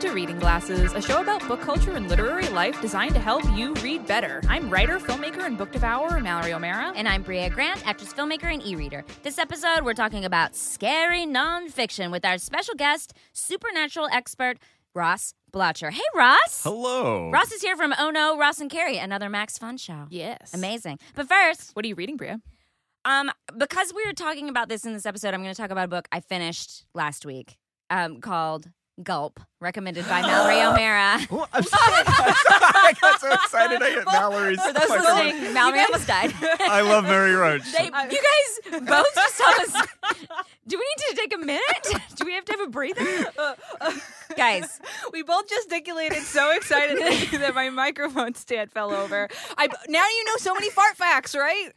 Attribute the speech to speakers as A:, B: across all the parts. A: to Reading Glasses, a show about book culture and literary life designed to help you read better. I'm writer, filmmaker, and book devourer Mallory O'Mara.
B: And I'm Bria Grant, actress, filmmaker, and e reader. This episode, we're talking about scary nonfiction with our special guest, supernatural expert Ross Blotcher. Hey, Ross.
C: Hello.
B: Ross is here from Oh No, Ross and Carrie, another Max Fun show.
A: yes.
B: Amazing. But first,
A: What are you reading, Bria?
B: um, because we were talking about this in this episode, I'm going to talk about a book I finished last week um, called Gulp, recommended by Mallory O'Mara.
C: Oh, I'm sorry. I'm sorry. I got so excited. I hit Mallory's.
B: For those
C: microphone.
B: listening, Mallory almost died.
C: I love Mary Roach.
B: They, you guys both just saw us. Do we need to take a minute? Do we have to have a breather? guys,
D: We both gesticulated so excitedly that my microphone stand fell over. I now you know so many fart facts, right?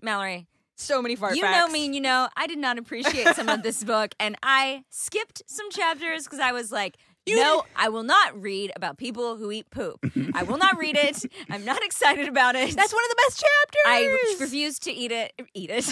B: Mallory,
D: So many fart
B: you
D: facts.
B: know me and you know I did not appreciate some of this book, and I skipped some chapters because I was like, no, I will not read about people who eat poop. I will not read it. I'm not excited about it.
D: That's one of the best chapters.
B: I re- refuse to eat it. Eat it.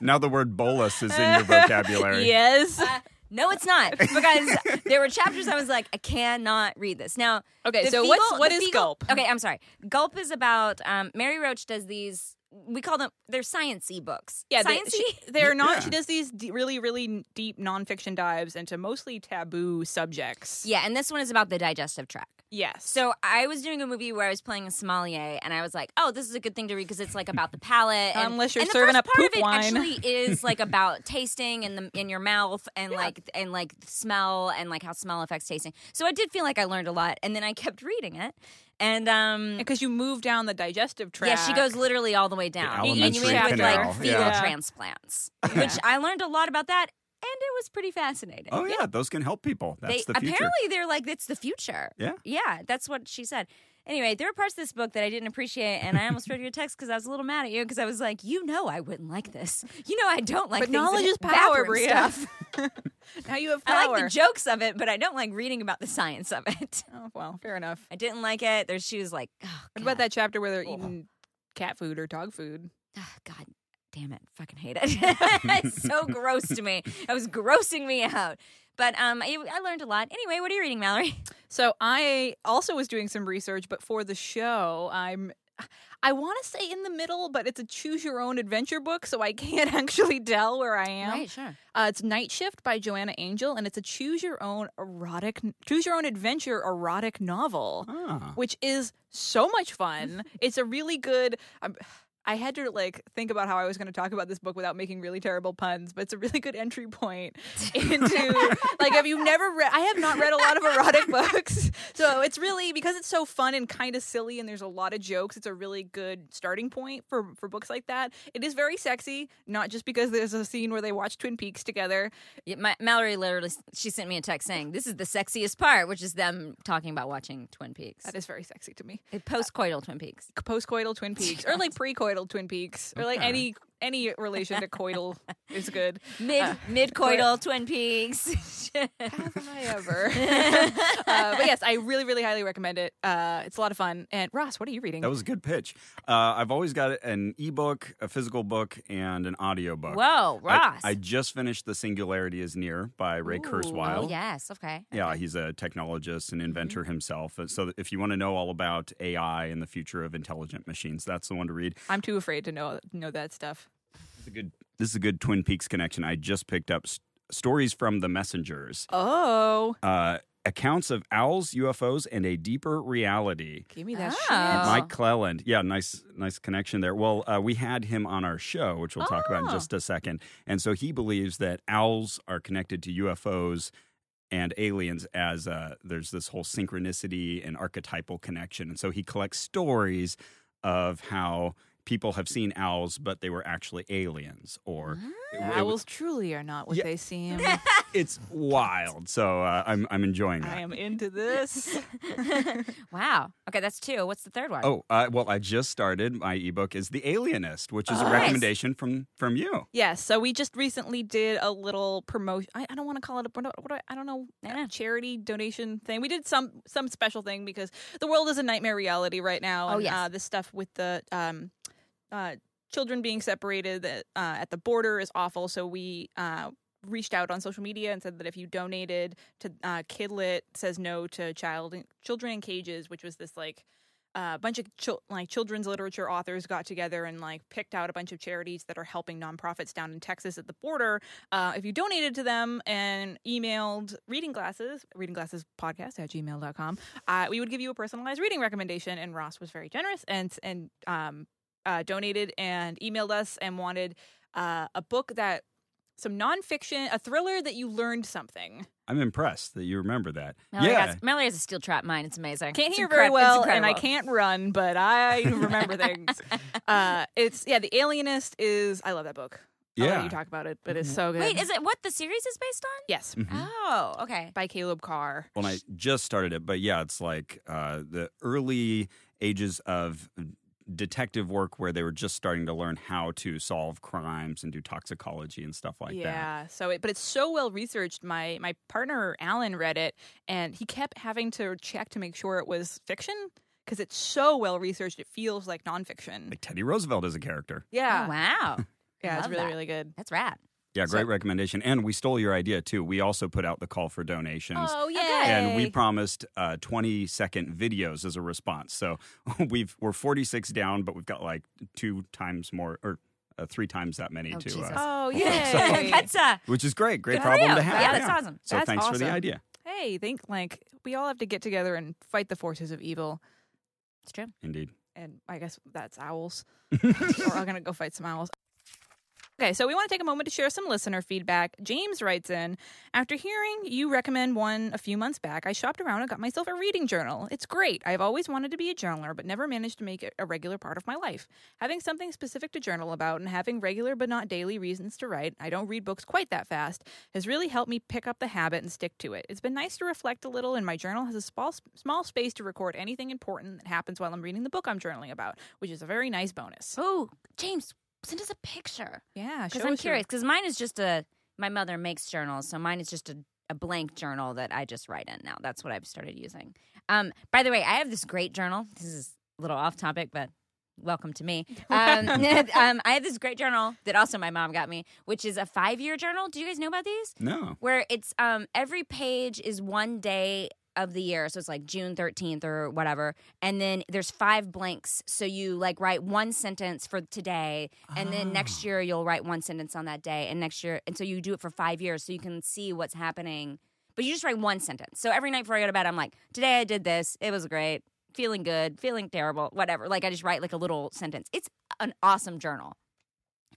C: Now the word bolus is in your vocabulary.
A: Uh,
D: yes.
B: no, it's not because there were chapters I was like, I cannot read this now.
A: Okay,
B: the
A: so
B: fecal,
A: what's what
B: the
A: is
B: fecal-
A: gulp?
B: Okay, I'm sorry. Gulp is about um, Mary Roach does these. We call them they're sciencey books.
D: Yeah, they,
B: sciencey.
D: she- they're not.
C: Yeah.
D: She does these d- really, really deep nonfiction dives into mostly taboo subjects.
B: yeah, and this one is about the digestive tract.
D: Yes.
B: So I was doing a movie where I was playing a sommelier, and I was like, "Oh, this is a good thing to read because it's like about the palate." And,
D: Um, Unless you're
B: and the
D: serving
B: first
D: up
B: part
D: poop
B: of it
D: wine.
B: actually is like about tasting and the in your mouth and like and like smell and like how smell affects tasting. So I did feel like I learned a lot, and then I kept reading it, and um,
D: because you move down the digestive tract.
B: yeah, she goes literally all the way down,
C: The
B: and you
C: alimentary
B: end up with like
C: canal,
B: fecal
C: yeah.
B: transplants, which I learned a lot about that, and it was pretty fascinating.
C: Oh yeah, those can help people. That's
B: they
C: the future.
B: apparently they're like it's the future.
C: Yeah.
B: yeah, that's what she said. Anyway, there were parts of this book that I didn't appreciate, and I almost wrote you a text because I was a little mad at you because I was like, you know, I wouldn't like this. You know, I don't like.
D: But
B: things in
D: knowledge is
B: bathroom
D: power, Bria.
B: Stuff.
D: now you have
B: I
D: power.
B: like the jokes of it, but I don't like reading about the science of it.
D: oh, well, fair enough.
B: I didn't like it. There, she was like, oh,
D: What
B: God.
D: about that chapter where they're
B: Ugh.
D: eating cat food or dog food?
B: Ah, God damn it. Fucking hate it. it's so gross to me. It was grossing me out. But um, I, I learned a lot. Anyway, what are you reading, Mallory?
D: So I also was doing some research, but for the show, I'm I want to say in the middle, but it's a choose your own adventure book, so I can't actually tell where I am.
B: sure.
D: Uh, it's Night Shift by Joanna Angel, and it's a choose your own erotic choose your own adventure erotic novel
C: Ah.
D: which is so much fun. it's a really good. I'm, I had to like think about how I was going to talk about this book without making really terrible puns, but it's a really good entry point into like have you never read? I have not read a lot of erotic books, so it's really because it's so fun and kind of silly, and there's a lot of jokes. It's a really good starting point for for books like that. It is very sexy, not just because there's a scene where they watch Twin Peaks together.
B: Yeah, my, Mallory literally, s- she sent me a text saying, this is the sexiest part, which is them talking about watching Twin Peaks. Uh,
D: That is very sexy to me.
B: Post-coital Twin Peaks.
D: postcoital Twin Peaks, or like precoital Twin Peaks, or like
C: Okay.
D: any any relation to coital is good.
B: Mid, mid-coital Twin Peaks.
D: Have I ever? uh, but yes, I really, really highly recommend it. Uh, it's a lot of fun. And Ross, what are you reading?
C: That was a good pitch. Uh, I've always got an ebook, a physical book, and an audio book.
B: Whoa,
C: I-
B: Ross.
C: I, just finished The Singularity is Near by Ray Kurzweil.
B: oh, yes. Okay. Mm-hmm.
C: Yeah, he's a technologist and inventor himself. And So, if you want to know all about AI and the future of intelligent machines, that's the one to read.
D: I'm too afraid to know know that stuff.
C: This is a good, this is a good Twin Peaks connection. I just picked up s- stories from the messengers,
D: Oh,
C: uh, accounts of owls, UFOs, and a deeper reality.
D: give me that
B: Oh.
D: shit.
C: Mike Cleland, yeah, nice, nice connection there. Well, uh, we had him on our show, which we'll talk about in
B: Oh.
C: just a second, and so he believes that owls are connected to UFOs and aliens as uh, there's this whole synchronicity and archetypal connection, and so he collects stories of how people have seen owls, but they were actually aliens,
B: Mm-hmm.
C: or it- it-
D: Owls truly are not what
C: Yeah.
D: they seem.
C: it's wild. So uh, I'm I'm enjoying that.
D: I am into this.
B: wow. Okay, that's two. What's the third one?
C: Oh, uh, well, I just started. My ebook is The Alienist, which is
B: Oh,
C: a
B: nice.
C: recommendation from from you.
D: Yes, so we just recently did a little promotion. I, I don't want to call it a what do- what do I, I don't know
B: Yeah.
D: charity donation thing. We did some some special thing because the world is a nightmare reality right now.
B: Oh,
D: and,
B: yes.
D: uh, this stuff with the um, uh, children being separated that, uh, at the border is awful. So we uh, reached out on social media and said that if you donated to uh, Kidlit says no to child children in cages, which was this like uh, a bunch of chil- like children's literature authors got together and like picked out a bunch of charities that are helping nonprofits down in Texas at the border. Uh, if you donated to them and emailed reading glasses, reading glasses podcast at gmail.com, uh, we would give you a personalized reading recommendation. And Ross was very generous and and um, uh, donated and emailed us and wanted uh, a book that some nonfiction, a thriller that you learned something.
C: I'm impressed that you remember that.
D: Oh,
B: Mallory,
C: yeah.
B: has, Mallory has a steel trap mind. It's amazing.
D: Can't
B: It's
D: hear very
B: incredi- it's
D: well, and I
B: incredible.
D: can't run, but I remember things. Uh, it's yeah, The Alienist is. I love that book. I'll let
C: Yeah.
D: you talk about it, but
B: Mm-hmm.
D: it's so good.
B: Wait, is it what the series is based on?
D: yes,
C: Mhm.
B: Oh, okay.
D: by Caleb Carr.
C: Well, I just started it, but yeah, it's like uh, the early ages of detective work where they were just starting to learn how to solve crimes and do toxicology and stuff like that.
D: yeah, so it, but it's so well researched. My my partner Alan read it, and he kept having to check to make sure it was fiction because it's so well researched. It feels like nonfiction.
C: Like Teddy Roosevelt is a character.
D: Yeah,
B: Oh, wow.
D: yeah, it's
B: love
D: really
B: that.
D: really good.
B: That's rad.
C: Yeah, great recommendation. And we stole your idea too. We also put out the call for donations.
B: Oh, yeah.
C: and we promised uh, 20 second videos as a response. So we've we're 46 down, but we've got like two times more or uh, three times that many
B: Oh,
C: too,
B: Jesus.
C: uh,
D: Oh
C: yeah.
D: yeah,
B: That's uh,
C: which is great. Great
B: Good for
C: problem
B: you.
C: to have.
B: Yeah, that's awesome.
C: So
D: That's
C: thanks for the
D: awesome.
C: idea.
D: hey, think like we all have to get together and fight the forces of evil.
B: it's true.
C: Indeed.
D: and I guess that's owls. We're all gonna go fight some owls. Okay, so we want to take a moment to share some listener feedback. James writes in After hearing you recommend one a few months back, I shopped around and got myself a reading journal. It's great. I've always wanted to be a journaler, but never managed to make it a regular part of my life. Having something specific to journal about and having regular but not daily reasons to write, I don't read books quite that fast, has really helped me pick up the habit and stick to it. It's been nice to reflect a little, and my journal has a small, small space to record anything important that happens while I'm reading the book I'm journaling about, which is a very nice bonus.
B: Oh, James, send us a picture
D: Yeah,
B: because
D: show
B: I'm
D: us your-
B: curious. Because mine is just a my mother makes journals, so mine is just a, a blank journal that I just write in now. That's what I've started using. Um, by the way, I have this great journal. This is a little off topic, but welcome to me. Um, um, I have this great journal that also my mom got me, which is a five year journal. Do you guys know about these?
C: No.
B: where it's um every page is one day of the year so it's like june 13th or whatever and then there's five blanks so you like write one sentence for today and then
C: Ah.
B: next year you'll write one sentence on that day and next year and so you do it for five years so you can see what's happening but you just write one sentence so every night before i go to bed i'm like today i did this it was great feeling good feeling terrible whatever like i just write like a little sentence it's an awesome journal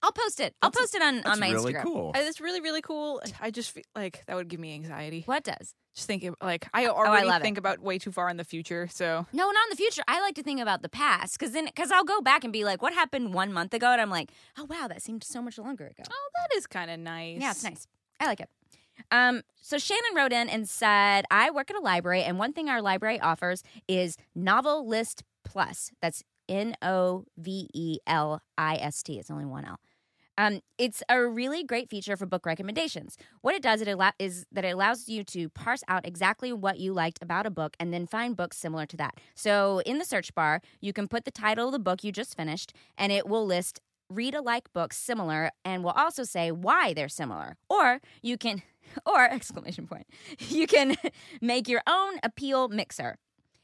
B: i'll post it i'll post it on, on
C: That's
B: my
C: really
B: instagram
C: cool.
D: Uh, That's really, really cool. I just feel like that would give me anxiety.
B: what does
D: Just think of- like Oh, I already
B: love it.
D: think about way too far in the future. So
B: No, not in the future. I like to think about the past because then, because I'll go back and be like, what happened one month ago? And I'm like, oh, wow, that seemed so much longer ago.
D: oh, that is kind of nice.
B: Yeah, it's nice. I like it. Um, so Shannon wrote in and said, I work at a library, and one thing our library offers is Novel List Plus. That's N O V E L I S T. It's only one L. Um, it's a really great feature for book recommendations. What it does it allow- is that it allows you to parse out exactly what you liked about a book and then find books similar to that. So in the search bar, you can put the title of the book you just finished, and it will list read alike books similar and will also say why they're similar. Or you can, or exclamation point, you can make your own appeal mixer.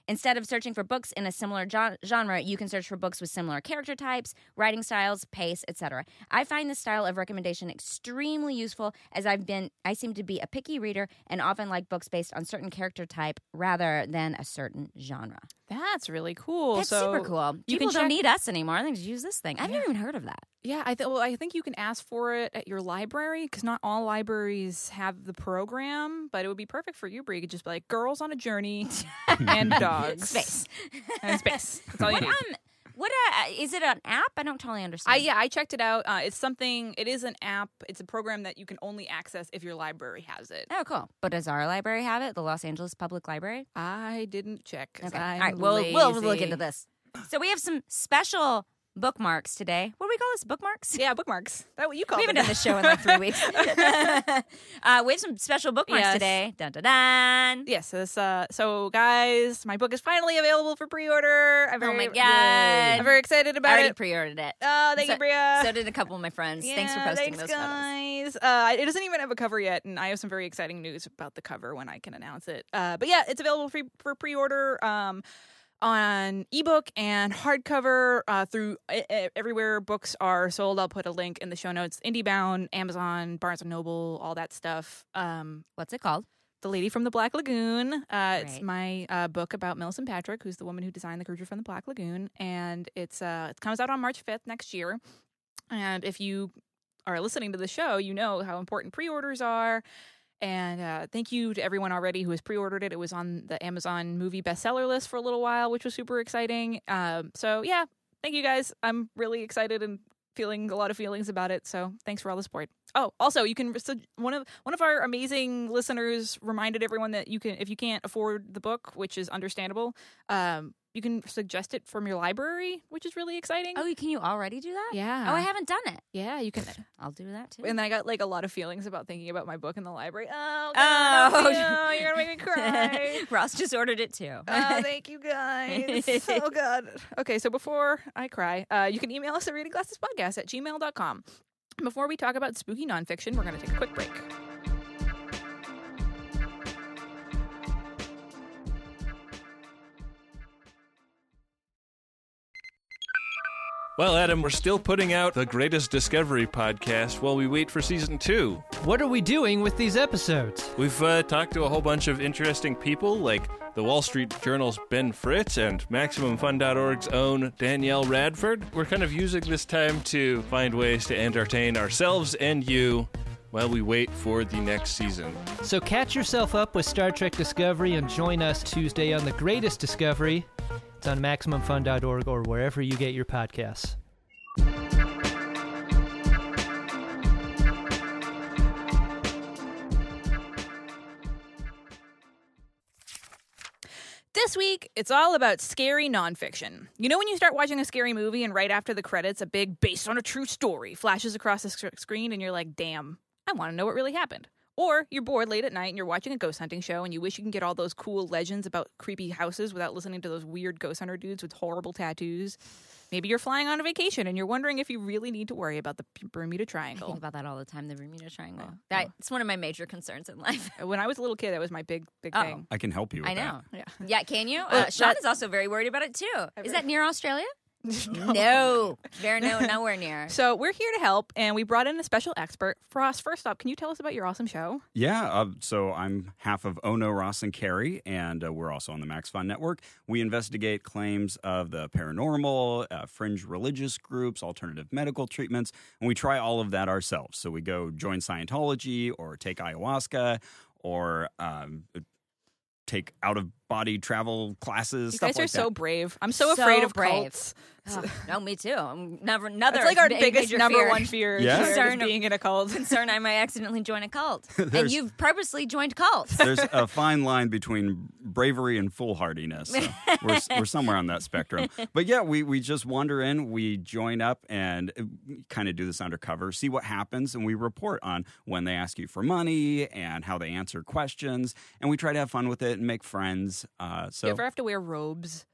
B: Instead of searching for books in a similar gen- genre, you can search for books with similar character types, writing styles, pace, etc. I find this style of recommendation extremely useful as I've been I seem to be a picky reader and often like books based on certain character type rather than a certain genre.
D: That's really cool.
B: That's
D: so,
B: super cool.
D: you
B: People
D: can
B: don't
D: check-
B: need us anymore. They just use this thing. I've never even heard of that.
D: Yeah, I th- well, I think you can ask for it at your library because not all libraries have the program, but it would be perfect for you, Brie. You could just be like, girls on a journey and dogs.
B: Space.
D: And space. That's all you need.
B: Um, what uh, is it an app? I don't totally
D: I,
B: understand.
D: yeah, I checked it out. Uh, it's something, it is an app. It's a program that you can only access if your library has it.
B: Oh, cool. But does our library have it? The Los Angeles Public Library.
D: I didn't check. 'cause
B: Okay.
D: I'm
B: All right. We'll we'll look
D: lazy.
B: into this. So we have some special bookmarks today. What do we call this? Bookmarks?
D: Yeah, bookmarks. That what you call
B: We haven't done
D: it.
B: this show in like three weeks. uh, we have some special bookmarks
D: Yes.
B: today. Dun dun dun.
D: Yes, so this, uh, so guys, my book is finally available for pre-order. I'm
B: Oh
D: very,
B: my
D: I'm
B: god!
D: very excited
B: I
D: about
B: already
D: it.
B: pre-ordered it.
D: oh, thank
B: so-
D: you, Bria.
B: So did a couple of my friends. thanks for
D: Yeah,
B: posting
D: thanks,
B: those
D: guys.
B: photos.
D: Uh, it doesn't even have a cover yet, and I have some very exciting news about the cover when I can announce it. Uh, but yeah, it's available for, for pre-order um, on ebook and hardcover uh, through e- e- everywhere books are sold. I'll put a link in the show notes. IndieBound, Amazon, Barnes and Noble, all that stuff. Um,
B: What's it called?
D: the Lady from the Black Lagoon. Uh, It's
B: Right.
D: my uh, book about Millicent Patrick, who's the woman who designed the creature from the Black Lagoon, and it's uh, it comes out on March fifth next year. And if you are listening to the show, you know how important pre-orders are. And uh, thank you to everyone already who has pre-ordered it. It was on the Amazon movie bestseller list for a little while, which was super exciting. Um, so yeah, thank you guys. I'm really excited and feeling a lot of feelings about it. So thanks for all the support. Oh, also, you can so one of one of our amazing listeners reminded everyone that you can if you can't afford the book, which is understandable, um, you can suggest it from your library, which is really exciting.
B: Oh, can you already do that?
D: yeah.
B: Oh, I haven't done it.
D: yeah, you can.
B: I'll do that too.
D: And I got like a lot of feelings about thinking about my book in the library. Oh, God,
B: Oh.
D: no, you're gonna make me cry.
B: Ross just ordered it too.
D: Oh, thank you guys. oh, God. Okay, so before I cry, uh, you can email us at readingglassespodcast at gmail.com. Before we talk about spooky nonfiction, we're going to take a quick break.
E: Well, Adam, we're still putting out the greatest discovery podcast while we wait for season two.
F: What are we doing with these episodes?
E: We've uh, talked to a whole bunch of interesting people, like the Wall Street Journal's Ben Fritz and MaximumFun.org's own Danielle Radford. We're kind of using this time to find ways to entertain ourselves and you while we wait for the next season.
F: So catch yourself up with Star Trek Discovery and join us Tuesday on The Greatest Discovery. It's on MaximumFun.org or wherever you get your podcasts.
D: This week, it's all about scary nonfiction. You know when you start watching a scary movie and right after the credits, a big based on a true story flashes across the sc- screen and you're like, damn, I want to know what really happened. Or you're bored late at night and you're watching a ghost hunting show and you wish you can get all those cool legends about creepy houses without listening to those weird ghost hunter dudes with horrible tattoos. Maybe you're flying on a vacation and you're wondering if you really need to worry about the P- Bermuda
B: I think
D: Triangle.
B: about that all the time. The Bermuda Triangle. That's one of my major concerns in life.
D: When I was a little kid, that was my big, big
B: Oh.
D: thing.
C: I can help you with
B: I
C: that.
B: know.
D: Yeah.
B: Yeah, can you?
D: Well,
B: uh, Sean
D: that-
B: is also very worried about it too. Is that near Australia?
D: No.
B: Very no, nowhere near.
D: So we're here to help, and we brought in a special expert. Frost, first off, can you tell us about your awesome show?
C: Yeah, uh, so I'm half of Ono Ross and Carrie, and uh, we're also on the Max Fun Network. We investigate claims of the paranormal, uh, fringe religious groups, alternative medical treatments, and we try all of that ourselves. So we go join Scientology, or take ayahuasca, or um, take out of body travel classes.
D: You
C: stuff
D: guys are
C: like
D: so
C: that.
D: brave. I'm so,
B: So
D: afraid of
B: brave.
D: cults.
B: Ugh, no, me too. I'm never another.
D: That's like our
B: big,
D: biggest
B: major
D: number
B: fear.
D: one fear. is
C: Yeah?
D: fear of
B: Concern of-
D: being in a cult.
B: concern. I might accidentally join a cult, and
C: There's-
B: you've purposely joined cults.
C: There's a fine line between bravery and foolhardiness. So we're, we're somewhere on that spectrum. But yeah, we, we just wander in, we join up and kind of do this undercover, see what happens, and we report on when they ask you for money and how they answer questions. And we try to have fun with it and make friends. Uh,
D: Do you
C: so,
D: ever have to wear robes?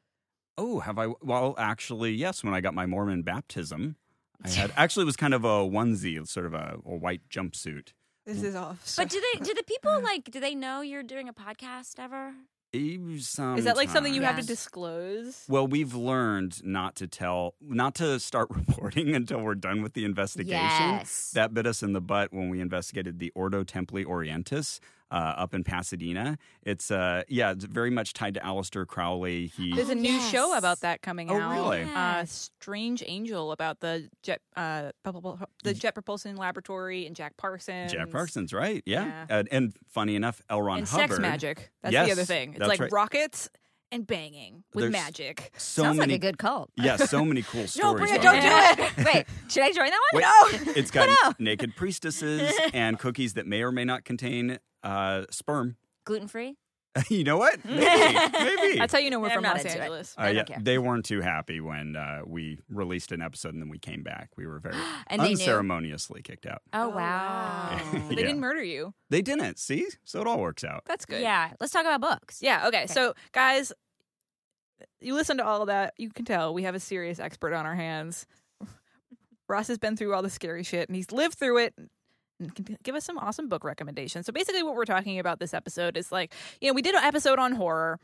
C: oh, have I? Well, actually, yes, when I got my Mormon baptism. I had actually it was kind of a onesie, sort of a, a white jumpsuit.
D: This is off.
B: but do they? Do the people like? Do they know you're doing a podcast ever?
C: Sometimes.
D: is that like something you have to
B: Yes.
D: disclose?
C: Well, we've learned not to tell, not to start reporting until we're done with the investigation.
B: Yes.
C: That bit us in the butt when we investigated the Ordo Templi Orientis uh, up in Pasadena. It's, uh, yeah, it's very much tied to Aleister Crowley. He,
D: There's a new
B: yes.
D: show about that coming
C: Oh,
D: out.
C: really?
D: Uh,
B: Yes.
D: Strange Angel about the jet, uh, pu- pu- pu- the Jet Propulsion Laboratory and Jack Parsons.
C: Mm. Jack Parsons, right? Yeah.
D: Yeah.
C: And, and funny enough, L. Ron
D: and
C: Hubbard.
D: sex magic. That's the
C: Yes,
D: other thing. It's
C: that's
D: like
C: right.
D: rockets and banging with
C: There's-
D: magic.
C: So
B: Sounds
C: many,
B: like a good cult.
C: Yeah, so many cool stories.
D: Bria,
C: on
D: don't
C: it.
D: do
B: do it. Wait, should I join that one?
C: Wait,
B: No.
C: It's got
B: Oh, no.
C: naked priestesses and cookies that may or may not contain uh, sperm.
B: Gluten free.
C: you know what? Maybe. Maybe.
D: That's how you know we're
B: I'm
D: from
B: not
D: Los
B: into it.
D: Angeles.
C: Uh,
B: don't
C: yeah,
B: care.
C: they weren't too happy when uh, we released an episode and then we came back. We were very
B: And they knew.
C: unceremoniously kicked out.
B: Oh, wow.
D: They
C: Yeah.
D: didn't murder you.
C: They didn't. See, so it all works out.
D: That's good.
B: Yeah. Let's talk about books.
D: Yeah. Okay. So, guys, you listen to all of that. You can tell we have a serious expert on our hands. Ross has been through all the scary shit and he's lived through it. And can give us some awesome book recommendations. So basically, what we're talking about this episode is like, you know, we did an episode on horror,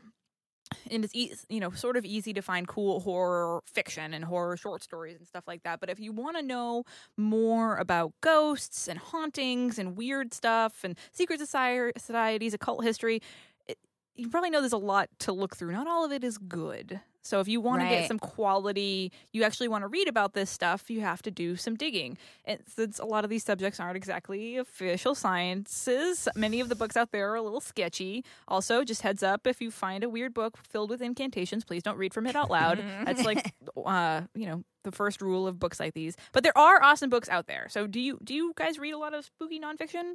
D: and it's eas you know sort of easy to find cool horror fiction and horror short stories and stuff like that. But if you want to know more about ghosts and hauntings and weird stuff and secret soci- societies, occult history, you probably know there's a lot to look through. Not all of it is good. So if you want to
B: Right.
D: get some quality, you actually want to read about this stuff, you have to do some digging. And since a lot of these subjects aren't exactly official sciences, many of the books out there are a little sketchy. Also, just heads up if you find a weird book filled with incantations, please don't read from it out loud. That's like uh, you know, the first rule of books like these. But there are awesome books out there. So do you do you guys read a lot of spooky nonfiction?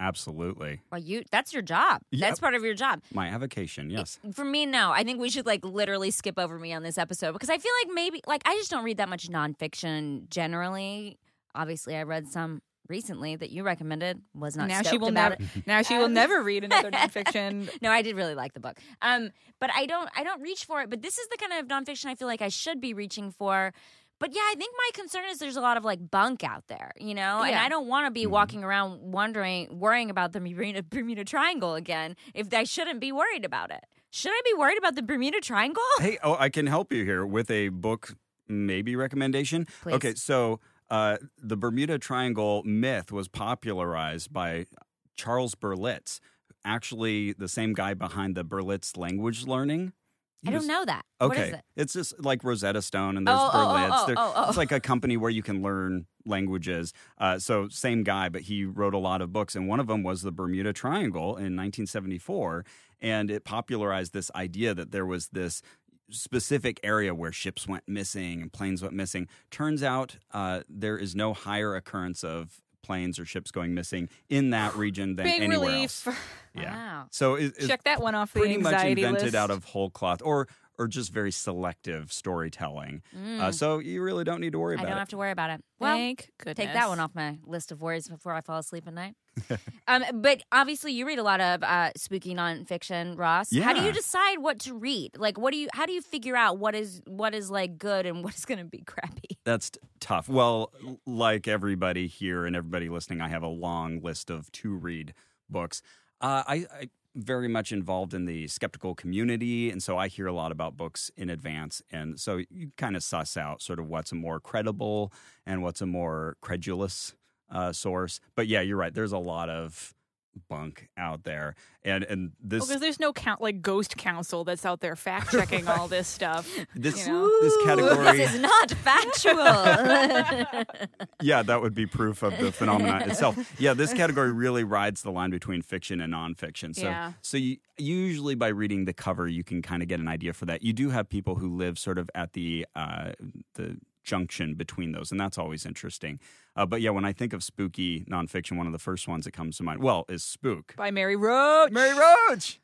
C: Absolutely.
B: Well, you that's your job.
C: Yeah.
B: That's part of your job.
C: My avocation, yes.
B: For me, no. I think we should like literally skip over me on this episode because I feel like maybe like I just don't read that much nonfiction generally. Obviously, I read some recently that you recommended. Was not
D: now she
B: stoked
D: will
B: about
D: never
B: it. Um,
D: now she will never read another nonfiction
B: No, I did really like the book. Um, but I don't I don't reach for it. But this is the kind of nonfiction I feel like I should be reaching for. But yeah, I think my concern is there's a lot of like bunk out there, you know, and
D: Yeah.
B: I don't want to be walking around wondering, worrying about the Bermuda, Bermuda Triangle again if I shouldn't be worried about it. Should I be worried about the Bermuda Triangle?
C: Hey, oh, I can help you here with a book maybe recommendation.
B: Please.
C: Okay, so uh, the Bermuda Triangle myth was popularized by Charles Berlitz, actually the same guy behind the Berlitz language learning. He
B: I
C: was-
B: don't know that.
C: Okay,
B: What is it?
C: it's just like Rosetta Stone and there's
B: Oh, oh, oh,
C: Berlitz.
B: oh,
C: There-
B: oh, oh.
C: It's like a company where you can learn languages. Uh, so same guy, but he wrote a lot of books, and one of them was the Bermuda Triangle in 1974, and it popularized this idea that there was this specific area where ships went missing and planes went missing. Turns out uh, there is no higher occurrence of planes or ships going missing in that region than
D: Big
C: anywhere
D: relief.
C: else. Yeah.
B: Wow.
C: So it, it's
D: Check that one off the
C: pretty much
D: anxiety
C: invented
D: list.
C: out of whole cloth or or just very selective storytelling.
D: Mm.
C: Uh, so you really don't need to worry
B: I
C: about
B: don't
C: it.
B: have to worry about it. Well,
D: Thank goodness.
B: take that one off my list of worries before I fall asleep at night. um, but obviously, you read a lot of uh, spooky nonfiction, Ross. How do
C: Yeah.
B: you decide what to read? Like, what do you? How do you figure out what is what is like good and what is going to be crappy?
C: That's t- tough. Well, l- like everybody here and everybody listening, I have a long list of to read books. Uh, I, I very much involved in the skeptical community, and so I hear a lot about books in advance, and so you kind of suss out sort of what's a more credible and what's a more credulous uh, source. But yeah, you're right. There's a lot of bunk out there, and and this
D: Because there's no count like ghost council that's out there fact checking all this stuff.
C: this
D: you know.
C: this category
B: This is not factual.
C: yeah that would be proof of the phenomenon itself yeah this category really rides the line between fiction and nonfiction so
D: Yeah.
C: so you, usually by reading the cover you can kind of get an idea for that you do have people who live sort of at the uh, the junction between those and that's always interesting uh, but yeah when i think of spooky nonfiction one of the first ones that comes to mind well is spook
D: By Mary Roach.
C: mary roach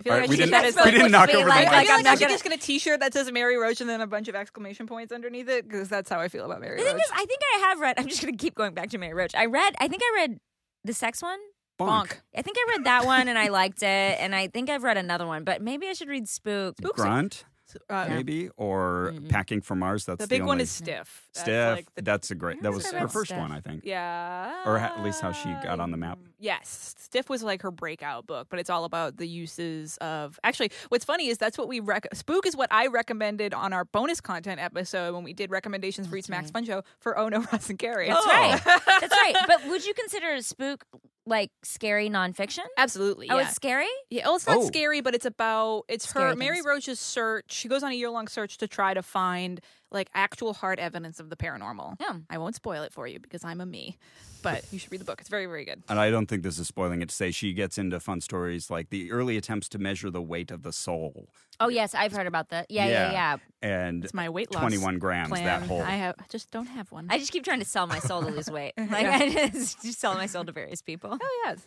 D: I feel
C: All
D: like I
C: right, we
D: should get
C: didn't-
D: that as
C: we
D: like,
C: didn't knock
B: be
C: over the
B: like-
C: mic.
D: I feel
B: I'm
D: like
B: not
D: I should
B: gonna-
D: just get a T-shirt that says Mary Roach and then a bunch of exclamation points underneath it because that's how I feel about Mary
B: the thing
D: Roach.
B: is, I think I have read. I'm just going to keep going back to Mary Roach. I read. I think I read the sex one.
C: bonk,
B: I think I read that one and I liked it, and I think I've read another one, but maybe I should read Spook.
C: grunt
D: Uh,
C: maybe or packing for mars that's
D: Mm-hmm. The big one
C: only-
D: is stiff. That's
C: Steph,
D: like the-
C: that's a great. That
B: Yes,
C: was
B: I
C: her
B: read
C: first
B: Steph.
C: one, I think.
D: yeah.
C: Or at least how she got on the map.
D: Yes, Stiff was like her breakout book, but it's all about the uses of. Actually, what's funny is that's what we rec- Spook is what I recommended on our bonus content episode when we did recommendations for each Max Fun Show for Oh No, Ross and Carrie.
B: That's right. That's right. But would you consider Spook like scary nonfiction?
D: Absolutely.
B: Oh,
D: yeah.
B: it's scary?
D: Yeah, well, it's not
C: Oh.
D: scary, but it's about it's
B: Scary
D: her Mary
B: things.
D: Roach's search. She goes on a year long search to try to find like actual hard evidence of the paranormal.
B: Yeah.
D: I won't spoil it for you because I'm a me, but you should read the book. It's very very good.
C: And I don't think this is spoiling it to say she gets into fun stories like the early attempts to measure the weight of the soul
B: Oh, yes, I've heard about that. Yeah, yeah, yeah.
C: Yeah. and
D: It's my weight loss
C: 21 grams
D: plan.
C: that whole.
D: I have I just don't have one.
B: I just keep trying to sell my soul to lose weight. Like, I just, just sell my soul to various people.
D: oh yes.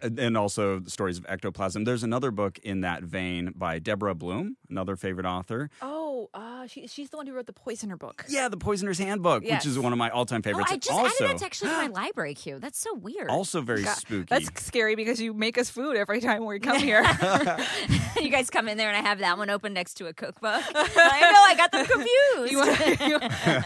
C: and also the stories of ectoplasm. There's another book in that vein by Deborah Bloom, another favorite author.
D: Oh, uh, she, she's the one who wrote the Poisoner book.
C: Yeah, The Poisoner's Handbook,
D: Yes.
C: which is one of my all-time
B: Oh,
C: favorites.
B: I just
C: also,
B: added that to actually to my library queue. That's so weird.
C: also very spooky.
D: That's scary because you make us food every time we come here.
B: you guys come in there and I have that one open next to a cookbook. I know I got them confused.
D: you want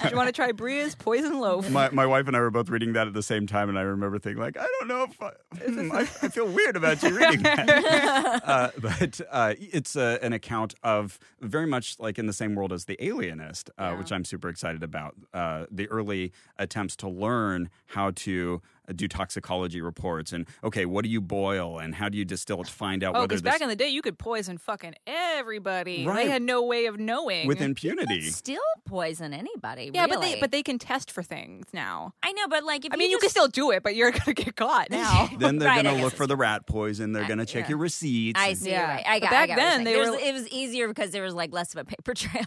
D: to you wanna try Bria's poison loaf?
C: my, my wife and I were both reading that at the same time, and I remember thinking, like, I don't know if I, hmm, I, I feel weird about you reading that. uh, but uh, it's uh an account of very much like in the same world as The Alienist, uh, which I'm super excited about. Uh, the early attempts to learn how to uh, do toxicology reports and, okay, what do you boil and how do you distill it to find out
D: Oh,
C: whether
D: because
C: this.
D: back in the day, you could poison fucking everybody.
C: Right.
D: They had no way of knowing.
C: with impunity.
B: Still poison anybody.
D: yeah, but they
B: really.
D: but they can test for things now.
B: I know, but like if
D: I mean, you
B: just,
D: can still do it, but you're gonna get caught now.
C: Then they're
B: Right, I
C: going to
B: guess
C: look for
B: it's-
C: the rat poison. They're going to check your receipts.
B: I
C: and-
B: see.
D: Yeah.
B: Right. I
D: But
B: got. I
D: back
B: got what you're
D: then,
B: saying.
D: they
B: There was-
D: were-
B: it was easier because there was like less of a paper trail.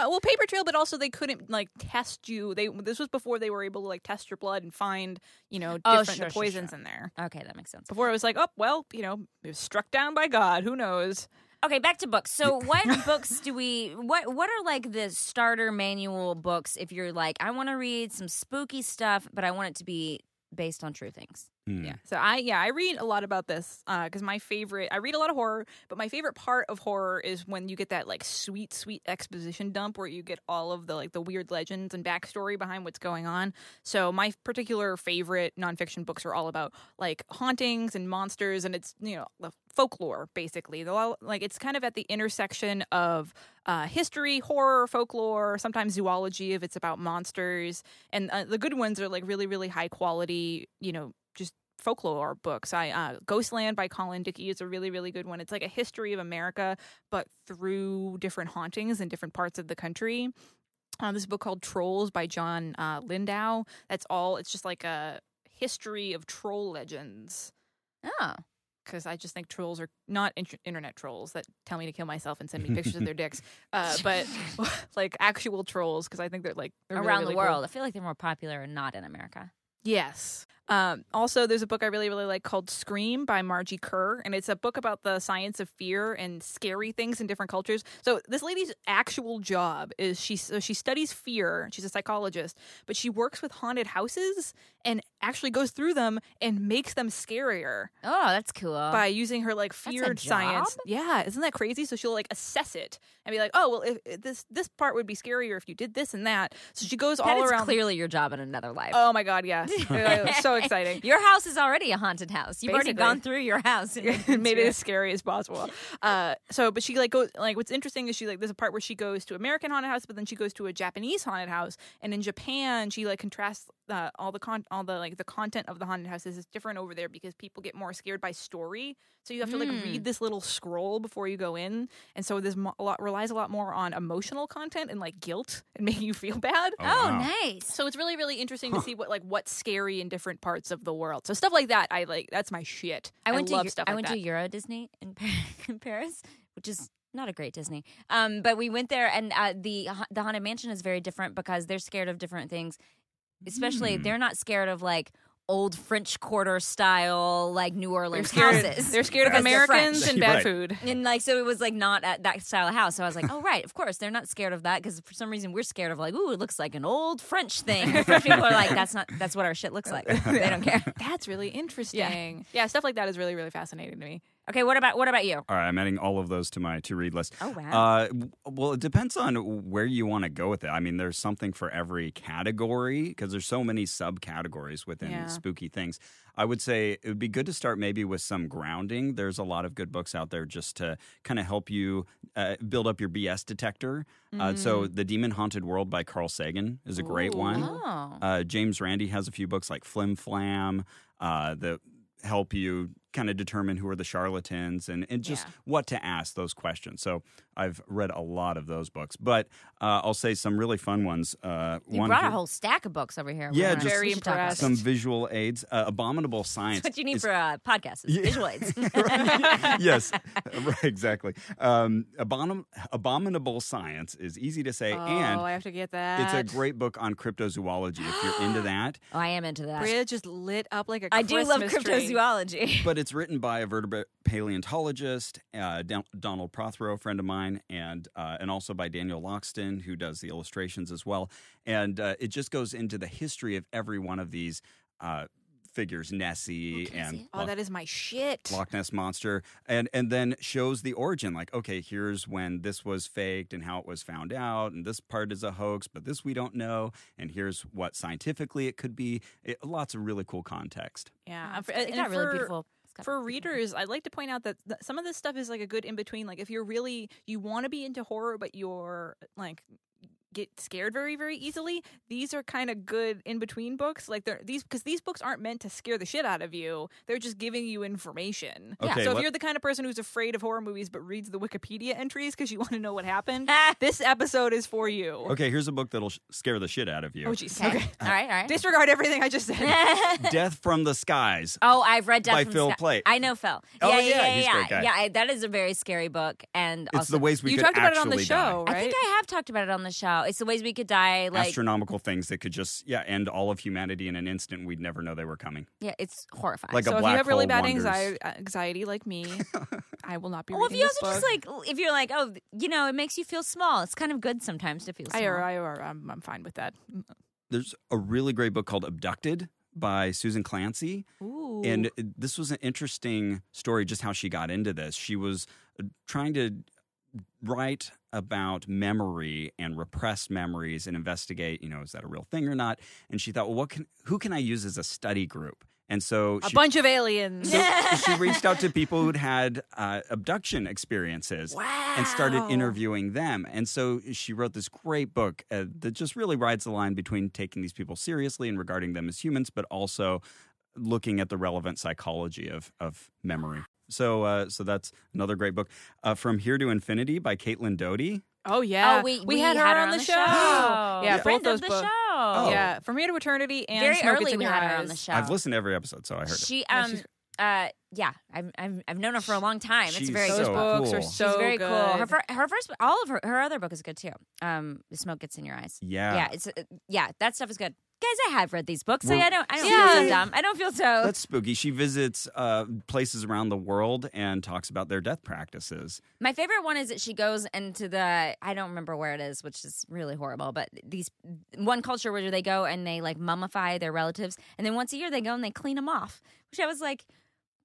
D: Uh, well, paper trail, but also they couldn't like test you. They this was before they were able to like test your blood and find you know
B: Oh,
D: different
B: sure, sure,
D: poisons
B: sure.
D: in there.
B: okay, that makes sense.
D: Before it was like, oh well, you know, it was struck down by God. Who knows?
B: Okay, back to books. So, what books do we? What What are like the starter manual books? If you're like, I want to read some spooky stuff, but I want it to be based on true things.
C: Hmm.
D: Yeah. So I yeah I read a lot about this because my favorite I read a lot of horror, but my favorite part of horror is when you get that like sweet sweet exposition dump where you get all of the like the weird legends and backstory behind what's going on. So my particular favorite nonfiction books are all about like hauntings and monsters, and it's you know the folklore basically. They're all, like it's kind of at the intersection of uh, history, horror, folklore, sometimes zoology if it's about monsters. And uh, the good ones are like really really high quality, you know, just folklore books. I uh, Ghostland by Colin Dickey is a really really good one. It's like a history of America, but through different hauntings in different parts of the country. Uh, this book called Trolls by John uh, Lindau. That's all. It's just like a history of troll legends
B: Oh,
D: because I just think trolls are not int- internet trolls that tell me to kill myself and send me pictures of their dicks, uh, but like actual trolls because I think they're like they're really,
B: around
D: really
B: the
D: cool.
B: world, I feel like they're more popular and not in America.
D: Yes. Um, also, there's a book I really, really like called Scream by Margie Kerr, and it's a book about the science of fear and scary things in different cultures. So this lady's actual job is she so she studies fear. She's a psychologist, but she works with haunted houses and actually goes through them and makes them scarier
B: Oh, that's cool.
D: by using her like
B: a
D: feared science.
B: job?
D: Yeah, isn't that crazy? So she'll like assess it and be like, "Oh, well, if, if this this part would be scarier if you did this and that." So she goes
B: that
D: all
B: is
D: around.
B: clearly your job in another life.
D: Oh my god, yeah, Uh, so exciting.
B: Your house is already a haunted house. You've already
D: Basically.
B: gone through your house and
D: and made it
B: into
D: as scary as possible. Uh, so, but she like goes like what's interesting is she like there's a part where she goes to American haunted house, but then she goes to a Japanese haunted house, and in Japan she like contrasts uh, all the con all the like the content of the haunted houses is different over there because people get more scared by story. So you have to
B: Hmm.
D: like read this little scroll before you go in, and so this mo- a lot relies a lot more on emotional content and like guilt and making you feel bad.
B: Oh,
C: wow.
B: nice.
D: So it's really really interesting to see what like what's scary in different parts of the world. So stuff like that, I like that's my shit. I,
B: went
D: love
B: to Eu-
D: stuff.
B: I
D: like
B: went
D: that.
B: to Euro Disney in, Par- in Paris, which is not a great Disney. Um, but we went there, and uh, the ha- the haunted mansion is very different because they're scared of different things. Especially,
D: Hmm.
B: they're not scared of like old French Quarter style, like New Orleans houses.
D: They're scared of
B: Because they're
D: Americans
B: French.
D: and bad
C: Right.
D: food.
B: And like so, it was like not at that style of house. So I was like, oh right, of course they're not scared of that because for some reason we're scared of like, ooh, it looks like an old French thing. And French people are like, that's not that's what our shit looks like. They don't care.
D: That's really interesting. Yeah. stuff like that is really, really fascinating to me.
B: Okay, what about what about you?
C: All right, I'm adding all of those to my to read list.
B: Oh, wow.
C: Uh, w- well, it depends on where you want to go with it. I mean, there's something for every category because there's so many subcategories within
D: Yeah.
C: spooky things. I would say it would be good to start maybe with some grounding. There's a lot of good books out there just to kind of help you uh, build up your BS detector. Uh, so,
B: Mm.
C: The Demon Haunted World by Carl Sagan is a great one.
B: Oh.
C: Uh, James Randi has a few books like Flim Flam uh, that help you kind of determine who are the charlatans and, and just what to ask those questions. So I've read a lot of those books, but uh, I'll say some really fun ones. Uh,
B: You
C: one
B: brought a
C: here-
B: whole stack of books over here.
C: Yeah,
B: We're
C: just
D: Very
B: we should talk about
D: impressed.
B: it.
C: some visual aids. Uh, Abominable Science.
B: That's what you need
C: is-
B: for uh, podcasts, Oh, is
C: Yeah.
B: visual aids.
C: yes, right, exactly. Um, abomin- abominable Science is easy to say,
D: Oh,
C: and
D: I have to get that.
C: it's a great book on cryptozoology if you're into that.
B: oh, I am into that.
D: Bria just lit up like a
B: I do love
D: Christmas tree.
B: cryptozoology.
C: But it's written by a vertebrate paleontologist, uh, Don- Donald Prothero, a friend of mine, and uh, and also by Daniel Loxton, who does the illustrations as well. And uh, it just goes into the history of every one of these uh, figures, Nessie and
D: Oh, that is my shit.
C: Loch Ness monster, and and then shows the origin. Like, okay, here's when this was faked and how it was found out, and this part is a hoax, but this we don't know, and here's what scientifically it could be. It, lots of really cool context.
D: Yeah,
B: It's
D: and for-
B: got
D: and
B: really
D: for-
B: beautiful. it's got
D: For
B: really beautiful-
D: readers, I'd like to point out that th- some of this stuff is like a good in between. Like if you're really you want to be into horror, but you're like get scared very very easily these are kind of good in between books like they're these because these books aren't meant to scare the shit out of you they're just giving you information
C: Yeah. Okay,
D: so
C: let-
D: if you're the kind of person who's afraid of horror movies but reads the wikipedia entries because you want to know what happened this episode is for you
C: Okay, here's a book that'll sh- scare the shit out of you.
D: oh jeez
B: Okay.
D: okay.
B: all right, all right.
D: disregard everything i just said
C: Death from the Skies.
B: Oh, I've read Death
C: by
B: from
C: Phil
B: Sky-
C: Plait.
B: I know Phil.
C: Oh,
B: yeah,
C: yeah,
B: yeah,
C: he's a
B: yeah.
C: great guy.
B: yeah I, that is a very scary book, and
C: It's
B: also,
C: the ways we
D: you
C: could
D: talked about it on
C: actually
D: the show
C: die.
B: I
D: right
B: think I have talked about it on the show. It's the ways we could die. Like,
C: Astronomical things that could just yeah end all of humanity in an instant. We'd never know they were coming.
B: yeah, it's horrifying.
C: Like a
D: so if you
C: black
D: have really
C: hole
D: bad
C: wonders.
D: anxiety, anxiety like me, I will not be
B: well, if
D: reading
B: you
D: this
B: also just
D: book.
B: like, if you're like, oh, you know, it makes you feel small. It's kind of good sometimes to feel small.
D: I or I or I'm, I'm fine with that.
C: There's a really great book called Abducted by Susan Clancy.
D: Ooh.
C: And this was an interesting story, just how she got into this. She was uh, trying to write about memory and repressed memories and investigate, you know, is that a real thing or not? And she thought, well, what can who can I use as a study group? And so
D: a
C: she,
D: bunch of aliens.
C: so she reached out to people who'd had uh, abduction experiences and started interviewing them. And so she wrote this great book uh, that just really rides the line between taking these people seriously and regarding them as humans, but also looking at the relevant psychology of, of memory. So, uh, so that's another great book. Uh, From Here to Infinity by Caitlin Doty.
D: Oh yeah,
B: Oh, we- we
D: had, her, on the, show. yeah, both
B: friend
D: those
B: of the
D: books.
B: show.
C: Oh.
D: Yeah, from here to eternity and
B: Very
D: Smoke Gets
B: early
D: in
B: we
D: Your
B: had her
D: Eyes.
B: on the show.
C: I've listened to every episode, so I heard it.
B: She,
D: Yeah,
B: um,
D: she's-
B: uh, yeah, I've, I've, I've known her for a long time. It's
C: She's
B: very
D: Those
C: so
B: cool.
D: books are
C: cool.
D: so
B: She's very
D: good.
B: cool. Her, fir- her first, all of her, her other book is good too. Um, the smoke gets in your eyes.
C: Yeah.
B: yeah, it's uh, yeah, that stuff is good. Guys, I have read these books.
C: We're-
B: I don't, I don't feel so
D: Yeah.
B: dumb. I don't feel so.
C: That's spooky. She visits uh, places around the world and talks about their death practices.
B: My favorite one is that she goes into the I don't remember where it is, which is really horrible. But these one culture where they go and they like mummify their relatives, and then once a year they go and they clean them off. Which I was like,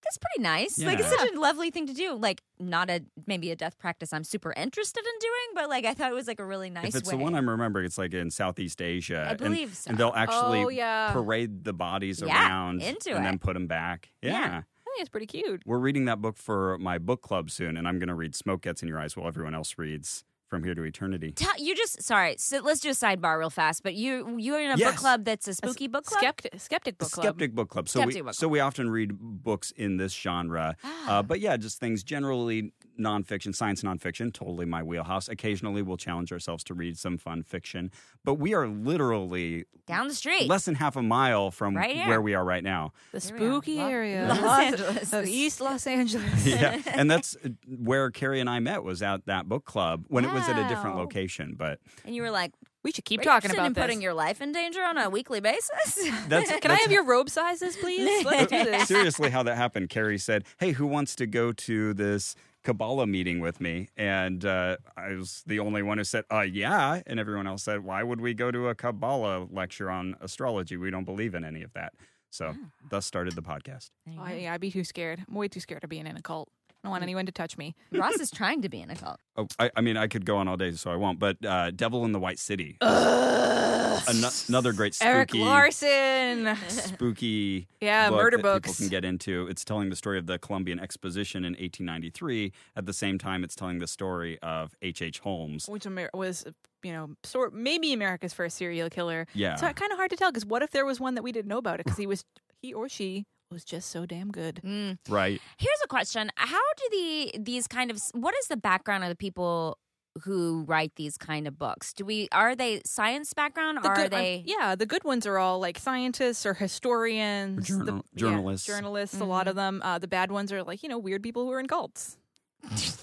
B: that's pretty nice. Like it's
C: Yeah.
B: such a lovely thing to do. Like not a maybe a death practice I'm super interested in doing, but like I thought it was like a really nice
C: if it's
B: way.
C: the one I'm remembering, it's like in Southeast Asia.
B: I
C: and-
B: believe so.
C: And they'll actually
D: Oh, yeah.
C: parade the bodies
B: Yeah,
C: around
B: into
C: and then
B: it.
C: put them back. Yeah.
B: Yeah.
D: I think it's pretty cute.
C: We're reading that book for my book club soon, and I'm going to read Smoke Gets in Your Eyes while everyone else reads From Here to Eternity.
B: Tell, you just sorry. So let's do a sidebar real fast. But you you're in a book
C: Yes.
B: club that's a spooky book club.
D: Skeptic, skeptic book club.
C: Skeptic book club. So we,
B: Skeptic book Ah.
C: so we often read books in this genre, uh, but yeah, just things generally nonfiction, science nonfiction, totally my wheelhouse. Occasionally, we'll challenge ourselves to read some fun fiction, but we are literally
B: Down the street,
C: less than half a mile from
B: Right here.
C: where we are right now.
D: The
B: Here we are.
D: spooky
B: Lo-
D: area,
B: Los
D: Los-
B: Angeles.
D: of East Los Angeles.
C: yeah, and that's uh, where Carrie and I met was at that book club when it was at a different
B: Wow.
C: location. But
B: and you were like,
D: We should keep
B: "Are you
D: talking
B: interested
D: about
B: in
D: this.
B: putting your life in danger on a weekly basis.
C: that's
D: Can I have your robe sizes, please? Let's do this.
C: seriously how that happened. Carrie said, "Hey, who wants to go to this?" Kabbalah meeting with me, and uh, I was the only one who said, "Uh, yeah," and everyone else said, "Why would we go to a Kabbalah lecture on astrology? We don't believe in any of that." So, thus started the podcast.
D: Oh, I, I'd be too scared. I'm way too scared of being in a cult. I don't want
C: Mm.
D: anyone to touch me.
B: Ross is trying to be in a cult.
C: Oh, I, I mean, I could go on all day, so I won't. But uh, Devil in the White City, Ano- another great spooky,
D: Oh, Eric Larson.
C: spooky
D: Yeah,
C: book
D: Uh, murder
C: that
D: books.
C: people can get into. It's telling the story of the Columbian Exposition in 1893. At the same time, it's telling the story of H.H. H. Holmes.
D: which Amer- was you know sort maybe America's first serial killer.
C: Yeah.
D: So kind of hard to tell because what if there was one that we didn't know about it because he was he or she was just so damn good.
C: Right.
B: Mm. Here's a question: How do the these kind of what is the background of the people who write these kind of books? Do we are they science background?
D: The
B: are
D: good-
B: they?
D: I'm- yeah, the good ones are all like scientists or historians, the-
C: Journal-
D: yeah,
C: journalists.
D: journalists.
B: Mm-hmm.
D: A lot of them. Uh, the bad ones are like you know weird people who are in cults.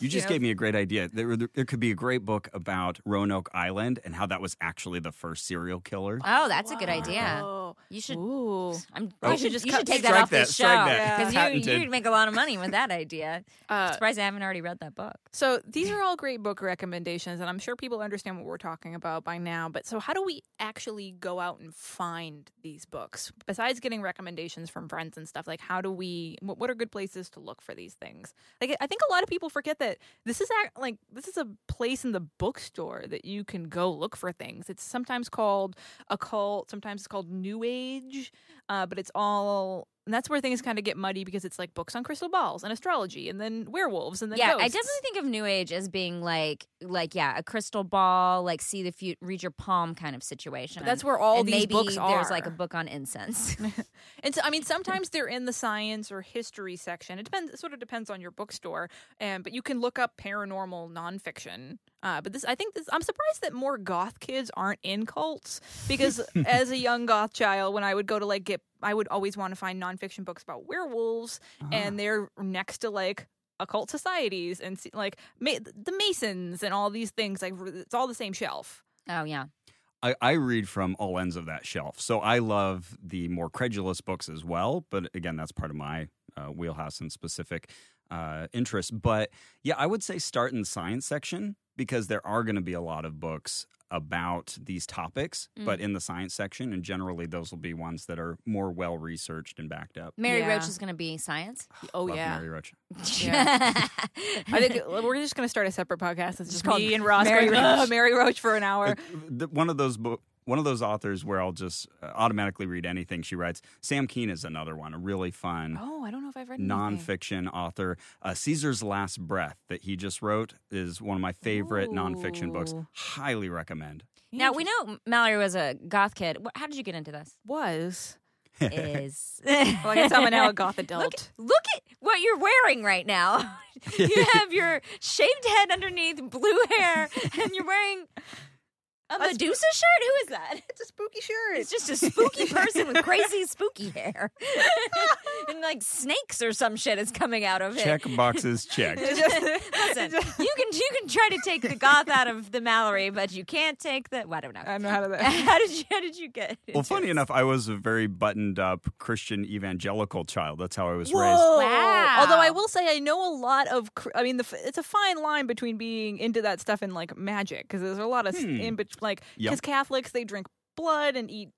C: You just
D: Yeah.
C: gave me a great idea. There, there could be a great book about Roanoke Island and how that was actually the first serial killer.
B: Oh, that's a good idea.
D: Oh,
B: You should.
D: ooh.
B: I'm,
C: Oh,
B: you should,
D: just
B: you
D: cut-
B: should take that
C: strike
B: off
C: that,
B: this show
C: strike that.
B: because
C: Yeah.
B: you
C: Patented.
B: you'd make a lot of money with that idea.
D: Uh,
B: Surprised I haven't already read that book.
D: So these are all great book recommendations, and I'm sure people understand what we're talking about by now. But so, how do we actually go out and find these books besides getting recommendations from friends and stuff? Like, how do we? What, what are good places to look for these things? Like, I think a lot of people forget that this is act, like this is a place in the bookstore that you can go look for things. It's sometimes called occult, sometimes it's called New Age, uh, but it's all. And that's where things kind of get muddy because it's like books on crystal balls and astrology, and then werewolves, and then
B: yeah, I
D: ghosts.
B: definitely think of New Age as being like, like yeah, a crystal ball, like see the future, read your palm kind of situation.
D: But that's where all
B: and
D: these
B: maybe
D: books are.
B: There's like a book on incense.
D: And so, I mean, sometimes they're in the science or history section. It depends. It sort of depends on your bookstore. And but you can look up paranormal nonfiction. Uh, but this, I think, this. I'm surprised that more goth kids aren't in cults because as a young goth child, when I would go to like get, I would always want to find nonfiction books about werewolves,
C: Ah.
D: and they're next to like occult societies and see, like ma- the Masons and all these things. Like it's all the same shelf.
B: oh yeah,
C: I, I read from all ends of that shelf. So I love the more credulous books as well. But again, that's part of my uh, wheelhouse and specific uh, interest. But yeah, I would say start in the science section because there are going to be a lot of books about these topics, but in the science section. And generally, those will be ones that are more well researched and backed up.
B: Mary
D: Yeah.
B: Roach is going to be science.
D: Oh
C: Love Mary Roach.
D: I think we're just going to start a separate podcast. It's just
B: called
D: me and Ross
B: Mary
D: Mary Roach. Mary Roach for an hour.
C: the, one of those bo- one of those authors where I'll just uh, automatically read anything she writes. Sam Keen is another one, a really fun
D: Oh, I don't know if I've read anything.
C: nonfiction author. Uh, Caesar's Last Breath that he just wrote is one of my favorite nonfiction books.
D: Ooh.
C: Highly recommend.
B: now we know Mallory was a goth kid. Wh- How did you get into this?
D: Was
B: Is
D: well, I guess I'm now a goth adult.
B: Look, look at what you're wearing right now. you have your shaved head underneath, blue hair, and you're wearing a Medusa shirt. Who is that?
D: it's a spooky shirt.
B: It's just a spooky person with crazy spooky hair, and like snakes or some shit is coming out of
C: Check
B: it.
C: boxes checked.
B: Listen, you can you can try to take the goth out of the Mallory, but you can't take the. Well, I don't know.
D: I don't know how to.
B: how did you how did you get?
C: Well,
B: into
C: funny
B: this?
C: enough, I was a very buttoned up Christian evangelical child. That's how I was raised.
D: Whoa.
B: Wow.
D: Although I will say I know a lot of cr- I mean the, f- it's a fine line between being into that stuff and like magic because there's a lot of s in between like
C: Hmm. Yep.
D: because Catholics they drink blood and eat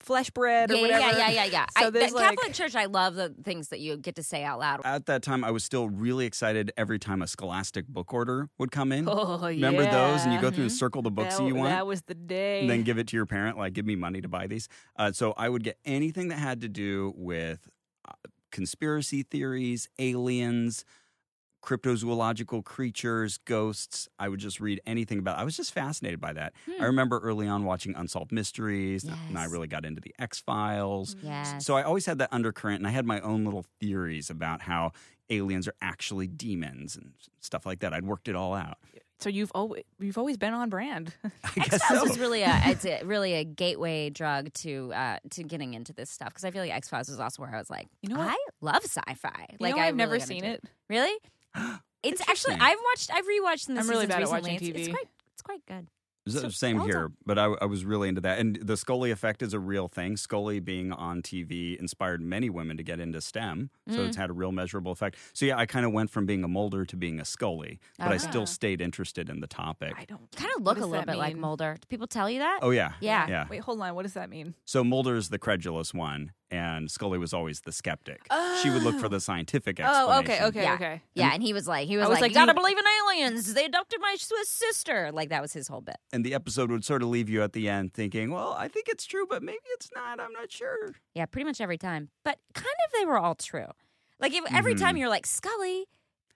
D: flesh bread or
B: yeah,
D: whatever.
B: Yeah, yeah, yeah, yeah.
D: So
B: I, the
D: there's, like-
B: Catholic Church, I love the things that you get to say out loud.
C: At that time, I was still really excited every time a scholastic book order would come in.
D: Oh,
C: Remember those? And you
D: yeah.
C: go through and circle the books that, you want.
D: That was the day.
C: and
B: Eh.
C: then give it to your parent like give me money to buy these uh, so i would get anything that had to do with uh, conspiracy theories aliens cryptozoological creatures ghosts i would just read anything about i was just fascinated by that i remember early on watching unsolved mysteries uh, and i
B: Hmm. Yes.
C: really got into the x-files
B: Yes.
C: so I always had that undercurrent, and I had my own little theories about how aliens are actually demons and stuff like that. I'd worked it all out.
D: so you've always you've always been on brand.
C: I guess
B: Files
C: so.
B: was really a it's a, really a gateway drug to uh, to getting into this stuff because I feel like X Files was also where I was like,
D: You know what?
B: I love sci-fi.
D: You
B: like
D: know,
B: I
D: I've
B: really
D: never
B: got
D: seen
B: into
D: it.
B: Really? It's actually
C: Interesting.
B: I've watched I've rewatched in the
D: I'm really bad
B: seasons
D: at
B: recently.
D: watching
B: It's- It's,
D: TV.
B: quite it's quite good.
C: It's the
B: So-
C: Same
B: well
C: here,
B: done.
C: but I, I was really into that. And the Scully effect is a real thing. Scully being on TV inspired many women to get into STEM. So
D: Mm.
C: it's had a real measurable effect. So yeah, I kind of went from being a Mulder to being a Scully, but I still stayed interested in the topic.
D: Ah. I don't
B: Kind of look a
D: does
B: little
D: that
B: bit like
D: mean?
B: Mulder. Do people tell you that?
C: Oh, yeah.
B: Yeah.
C: Yeah.
D: Wait, hold on. What does that mean?
C: So Mulder's the credulous one, and Scully was always the skeptic. She would look for the scientific explanation.
D: Oh, okay, okay,
B: yeah.
D: okay.
B: Yeah, and he was like, he was,
D: I was
B: like,
D: like,
B: gotta
D: you-
B: believe in aliens. They adopted my Swiss sister. Like that was his whole bit.
C: And the episode would sort of leave you at the end thinking, well, I think it's true, but maybe it's not. I'm not sure. Mm-hmm.
B: Yeah, pretty much every time. But kind of they were all true. Like if, every time you're like Scully,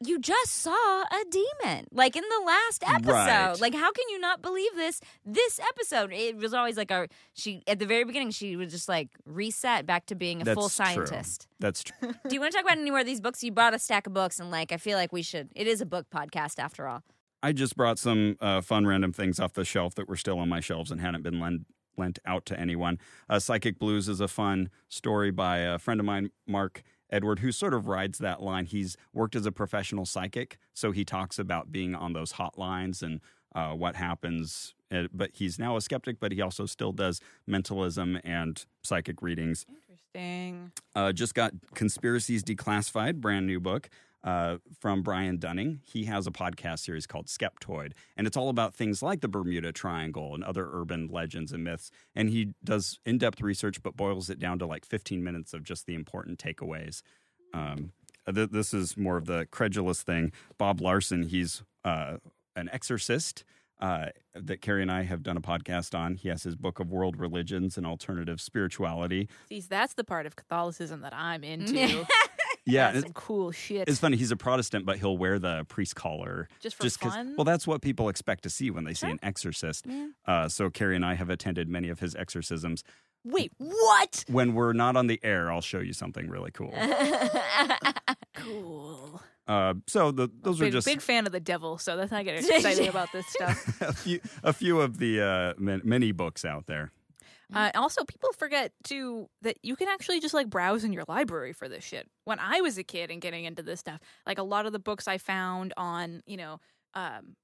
B: you just saw a demon like in the last episode
C: Right.
B: like how can you not believe this this episode it was always like our she at the very beginning she was just like reset back to being a
C: That's
B: full
C: true.
B: scientist
C: That's true.
B: do you want to talk about any more of these books you brought a stack of books and like i feel like we should it is a book podcast after all
C: I just brought some uh, fun random things off the shelf that were still on my shelves and hadn't been lend- lent out to anyone. Uh, Psychic Blues is a fun story by a friend of mine, Mark Edward, who sort of rides that line. He's worked as a professional psychic, so he talks about being on those hotlines and uh, what happens. Uh, but he's now a skeptic, but he also still does mentalism and psychic readings.
D: Interesting.
C: Uh, just got Conspiracies Declassified, brand new book uh, from Brian Dunning. He has a podcast series called Skeptoid, and it's all about things like the Bermuda Triangle and other urban legends and myths. And he does in depth research, but boils it down to like 15 minutes of just the important takeaways. Um, th- this is more of the credulous thing. Bob Larson, he's uh, an exorcist uh, that Carrie and I have done a podcast on. He has his book of world religions and alternative spirituality.
D: See, that's the part of Catholicism that I'm into.
C: Yeah,
D: That's some cool shit.
C: It's funny. He's a Protestant, but he'll wear the priest collar
D: Just for
C: 'cause-
D: fun?
C: Well, that's what people expect to see when they see an exorcist. Uh, so Carrie and I have attended many of his exorcisms.
D: Wait, what?
C: When we're not on the air, I'll show you something really cool.
D: Cool.
C: Uh, so the, those are
D: Big,
C: just
D: big fan of the devil, so that's how I get excited about this stuff.
C: a few, a few of the uh, man- many books out there.
D: Uh,
B: Mm-hmm.
D: also, people forget to that you can actually just like browse in your library for this shit. When I was a kid and getting into this stuff, like a lot of the books I found on, you know, um,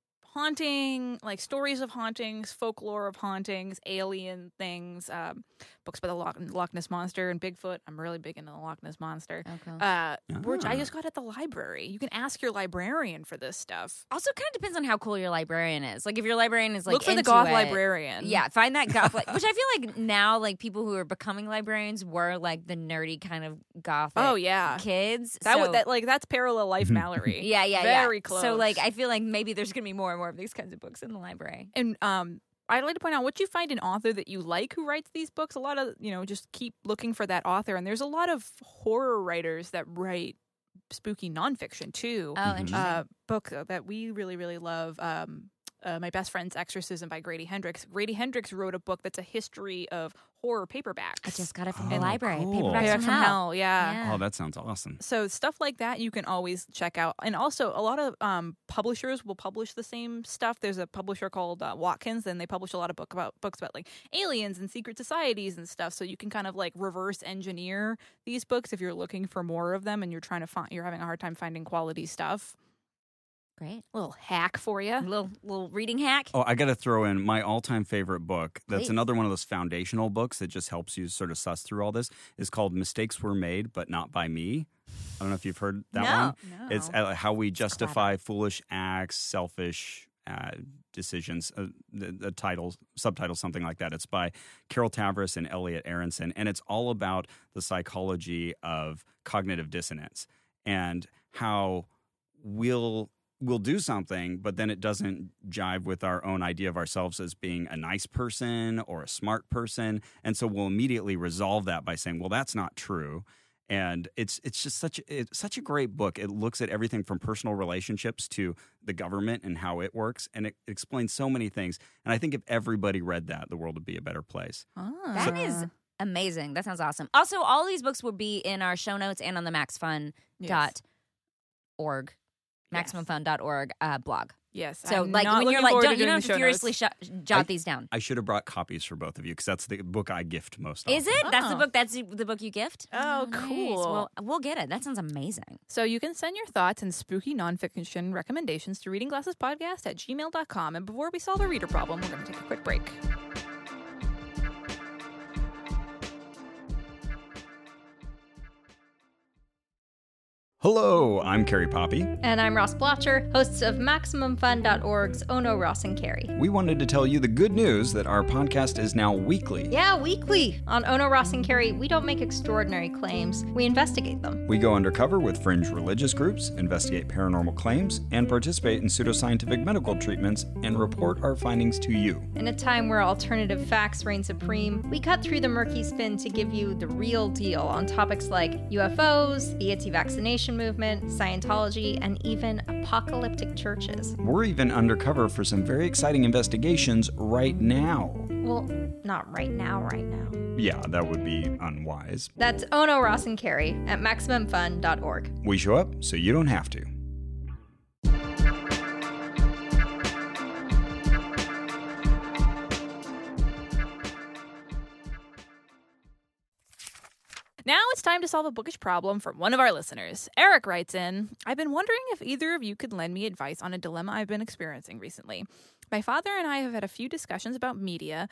D: haunting, like stories of hauntings, folklore of hauntings, alien things, um, books by the Loch, Loch Ness monster and Bigfoot. I'm really big into the Loch Ness monster.
B: okay
D: Uh, Which
C: Ah.
D: I just got at the library. You can ask your librarian for this stuff.
B: also kind of depends on how cool your librarian is like if your librarian is like
D: Look for the
B: into
D: goth
B: it-
D: librarian.
B: Yeah, find that goth, li- which I feel like now, like people who are becoming librarians were like the nerdy kind of goth.
D: Oh yeah.
B: kids.
D: That
B: so- Mm-hmm.
D: would that like that's parallel life Mallory.
B: Yeah, yeah, yeah.
D: very close.
B: So like, I feel like maybe there's gonna be more and more of these kinds of books in the library.
D: and um I'd like to point out what you find an author that you like who writes these books. A lot of you know, just keep looking for that author. And there's a lot of horror writers that write spooky nonfiction too.
B: Oh,
C: Mhm.
B: interesting.
D: uh, book that we really really love. Um, uh, my best friend's exorcism by Grady Hendrix. Grady Hendrix wrote a book that's a history of horror paperbacks.
B: I just got it from
C: Oh,
B: the library.
C: cool.
B: Paperbacks
D: paperbacks
B: from, Hell.
D: yeah.
B: Yeah.
C: Oh, that sounds awesome.
D: So stuff like that you can always check out, and also a lot of um, publishers will publish the same stuff. There's a publisher called uh, Watkins, and they publish a lot of book about books about like aliens and secret societies and stuff. So you can kind of like reverse engineer these books if you're looking for more of them, and you're trying to find you're having a hard time finding quality stuff.
B: Great.
D: Little hack for you.
B: Little little reading hack.
C: Oh, I got to throw in my all-time favorite book. That's
B: Please.
C: another one of those foundational books that just helps you sort of suss through all this. Is called "Mistakes Were Made, but Not by Me." I don't know if you've heard that
B: No.
C: one. It's uh, how we justify foolish acts, selfish uh, decisions. Uh, the, the title, subtitle, something like that. It's by Carol Tavris and Elliot Aronson, and it's all about the psychology of cognitive dissonance and how we'll we'll do something, but then it doesn't jive with our own idea of ourselves as being a nice person or a smart person, and so we'll immediately resolve that by saying, "Well, that's not true." and it's it's just such it's such a great book. It looks at everything from personal relationships to the government and how it works, and it explains so many things. And I think if everybody read that, the world would be a better place.
D: Ah.
B: That is amazing. That sounds awesome. Also, all these books will be in our show notes and on the maxfun dot org,
D: Yes.
B: maximumfun.org uh, blog.
D: yes.
B: So
D: I'm
B: like
D: not
B: when you're
D: looking
B: like,
D: forward
B: don't you
D: doing
B: don't
D: the
B: have to
D: show
B: furiously
D: notes.
B: sh- jot
C: I-
B: these down.
C: I should have brought copies for both of you because that's the book I gift most.
B: Is
C: often.
B: it? That's the
D: Oh.
B: book. That's the book you gift.
D: Oh,
B: nice.
D: cool.
B: Well, we'll get it. That sounds amazing.
D: So you can send your thoughts and spooky nonfiction recommendations to readingglassespodcast at gmail.com. And before we solve the reader problem, we're going to take a quick break.
C: Hello, I'm Carrie Poppy.
G: And I'm Ross Blotcher, hosts of MaximumFun.org's Ono, Ross, and Carrie.
C: We wanted to tell you the good news that our podcast is now weekly.
G: Yeah, weekly. On Ono, Ross, and Carrie, we don't make extraordinary claims, we investigate them.
C: We go undercover with fringe religious groups, investigate paranormal claims, and participate in pseudoscientific medical treatments and report our findings to you.
G: In a time where alternative facts reign supreme, we cut through the murky spin to give you the real deal on topics like UFOs, the anti vaccination liberation movement, Scientology, and even apocalyptic churches.
C: We're even undercover for some very exciting investigations right now.
G: Well, not right now, right now.
C: Yeah, that would be unwise.
G: That's Ono Ross and Carrie at MaximumFun.org.
C: We show up so you don't have to.
D: Now it's time to solve a bookish problem from one of our listeners. Eric writes in I've been wondering if either of you could lend me advice on a dilemma I've been experiencing recently. My father and I have had a few discussions about media.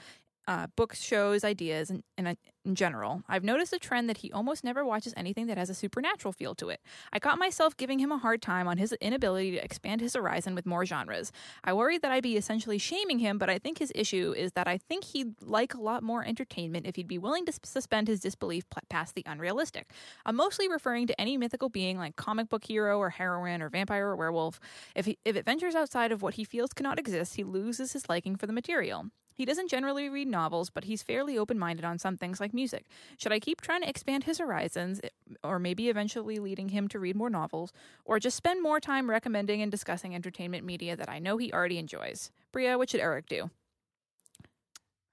D: Uh, books, shows, ideas, and, and uh, in general, I've noticed a trend that he almost never watches anything that has a supernatural feel to it. I caught myself giving him a hard time on his inability to expand his horizon with more genres. I worry that I'd be essentially shaming him, but I think his issue is that I think he'd like a lot more entertainment if he'd be willing to s- suspend his disbelief pl- past the unrealistic. I'm mostly referring to any mythical being like comic book hero or heroine or vampire or werewolf. If, he, if it ventures outside of what he feels cannot exist, he loses his liking for the material. He doesn't generally read novels, but he's fairly open minded on some things like music. Should I keep trying to expand his horizons, or maybe eventually leading him to read more novels, or just spend more time recommending and discussing entertainment media that I know he already enjoys? Bria, what should Eric do?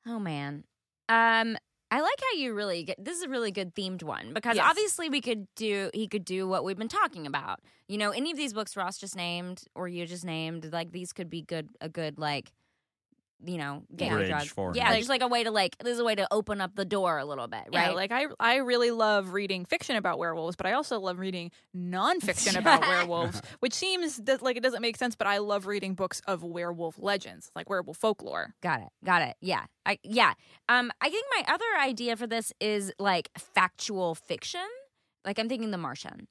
B: Oh man. Um I like how you really get this is a really good themed one because
D: Yes.
B: obviously we could do he could do what we've been talking about. You know, any of these books Ross just named or you just named, like these could be good a good like you know, get
C: Bridge
B: drugs.
C: for
B: yeah,
C: him.
B: just like a way to like this is a way to open up the door a little bit, right?
D: Yeah, like I, I really love reading fiction about werewolves, but I also love reading nonfiction about werewolves, which seems that, like it doesn't make sense. But I love reading books of werewolf legends, like werewolf folklore.
B: Got it. Got it. Yeah. I yeah. Um I think my other idea for this is like factual fiction. Like I'm thinking The Martian.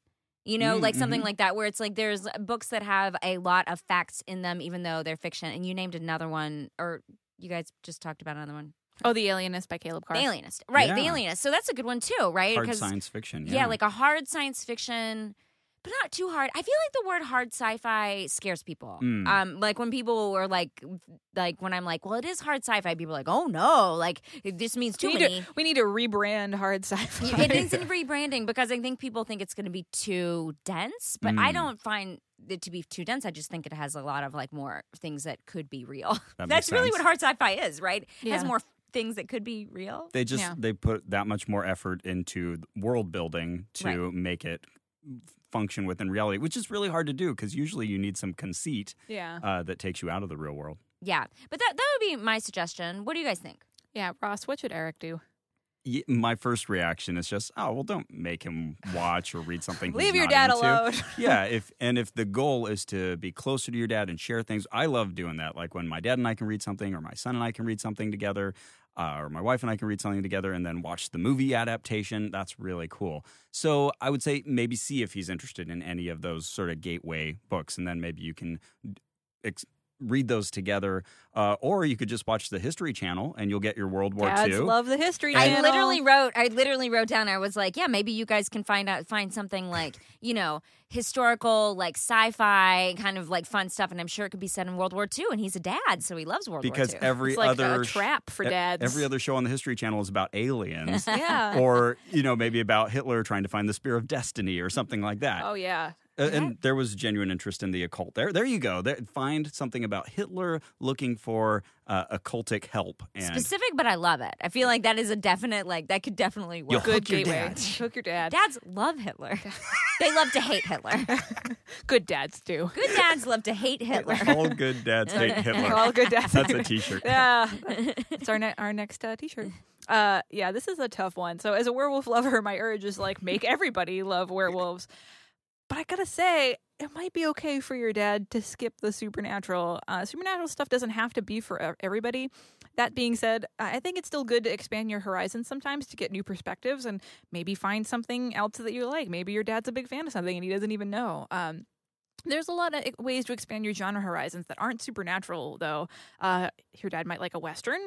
B: You know,
C: Mm,
B: like something
C: mhm.
B: like that where it's like there's books that have a lot of facts in them even though they're fiction and you named another one or you guys just talked about another one.
D: Oh, The Alienist by Caleb Carr.
B: The Alienist. Right, The
C: Yeah.
B: Alienist. So that's a good one too, right?
C: Hard
B: 'Cause-
C: science fiction.
B: yeah. like a hard science fiction, but not too hard. I feel like the word hard sci-fi scares people.
C: Mm.
B: Um, like when people were like, like when I'm like, well, it is hard sci-fi. People are like, oh no, like this means too
D: we, need
B: many.
D: to, we need to rebrand hard sci-fi.
B: it needs some rebranding because I think people think it's going to be too dense, but I
C: Mm.
B: don't find it to be too dense. I just think it has a lot of like more things that could be real.
C: That
B: That's
C: makes
B: really
C: sense.
B: what hard sci-fi is, right? It has
D: Yeah.
B: more things that could be real.
C: They just
D: Yeah.
C: they put that much more effort into world building to make it function within reality, which is really hard to do because usually you need some conceit
B: Uh-huh.
D: yeah,
C: uh, that takes you out of the real world.
B: Yeah, but that that would be my suggestion. What do you guys think?
D: yeah. Ross, what should Eric do?
C: Y- My first reaction is just, oh well, don't make him watch or read something. he's
D: Leave your
C: not
D: dad
C: into.
D: alone.
C: yeah if and if the goal is to be closer to your dad and share things i love doing that like when my dad and i can read something or my son and i can read something together uh, or my wife and i can read something together and then watch the movie adaptation that's really cool so i would say maybe see if he's interested in any of those sort of gateway books and then maybe you can ex- read those together uh, or you could just watch the history channel and you'll get your world war
D: Dads
C: ii
D: love the history.
B: I
D: channel.
B: literally wrote. I literally wrote down. I was like, yeah, maybe you guys can find out, find something like you know historical, like sci-fi kind of like fun stuff, and I'm sure it could be set in World War II. And he's a dad, so he loves World
C: because
B: War II.
C: every
D: it's like
C: other
D: a
C: sh-
D: trap for
C: e-
D: dads.
C: every other show on the history channel is about aliens
D: yeah.
C: or you know maybe about Hitler trying to find the spear of destiny or something like that.
D: oh yeah.
C: Uh, And there was genuine interest in the occult. There, there you go. There, find something about Hitler looking for uh, occultic help, and
B: Specific, but I love it. I feel like that is a definite like that could definitely work.
C: You'll
D: Good
C: hook your
D: gateway.
C: dad.
D: Hook your dad.
B: Dads love Hitler. they love to hate Hitler.
D: Good dads do.
B: Good dads love to hate Hitler.
C: all good dads hate Hitler.
D: All good dads.
C: That's a T-shirt.
D: yeah. It's our, ne- our next uh, t-shirt. Uh, yeah, this is a tough one. So as a werewolf lover, my urge is like make everybody love werewolves. But I gotta say, it might be okay for your dad to skip the supernatural. Uh, supernatural stuff doesn't have to be for e- everybody. That being said, I I think it's still good to expand your horizons sometimes to get new perspectives and maybe find something else that you like. Maybe your dad's a big fan of something and he doesn't even know. Um, there's a lot of eh, ways to expand your genre horizons that aren't supernatural, though. Uh, your dad might like a western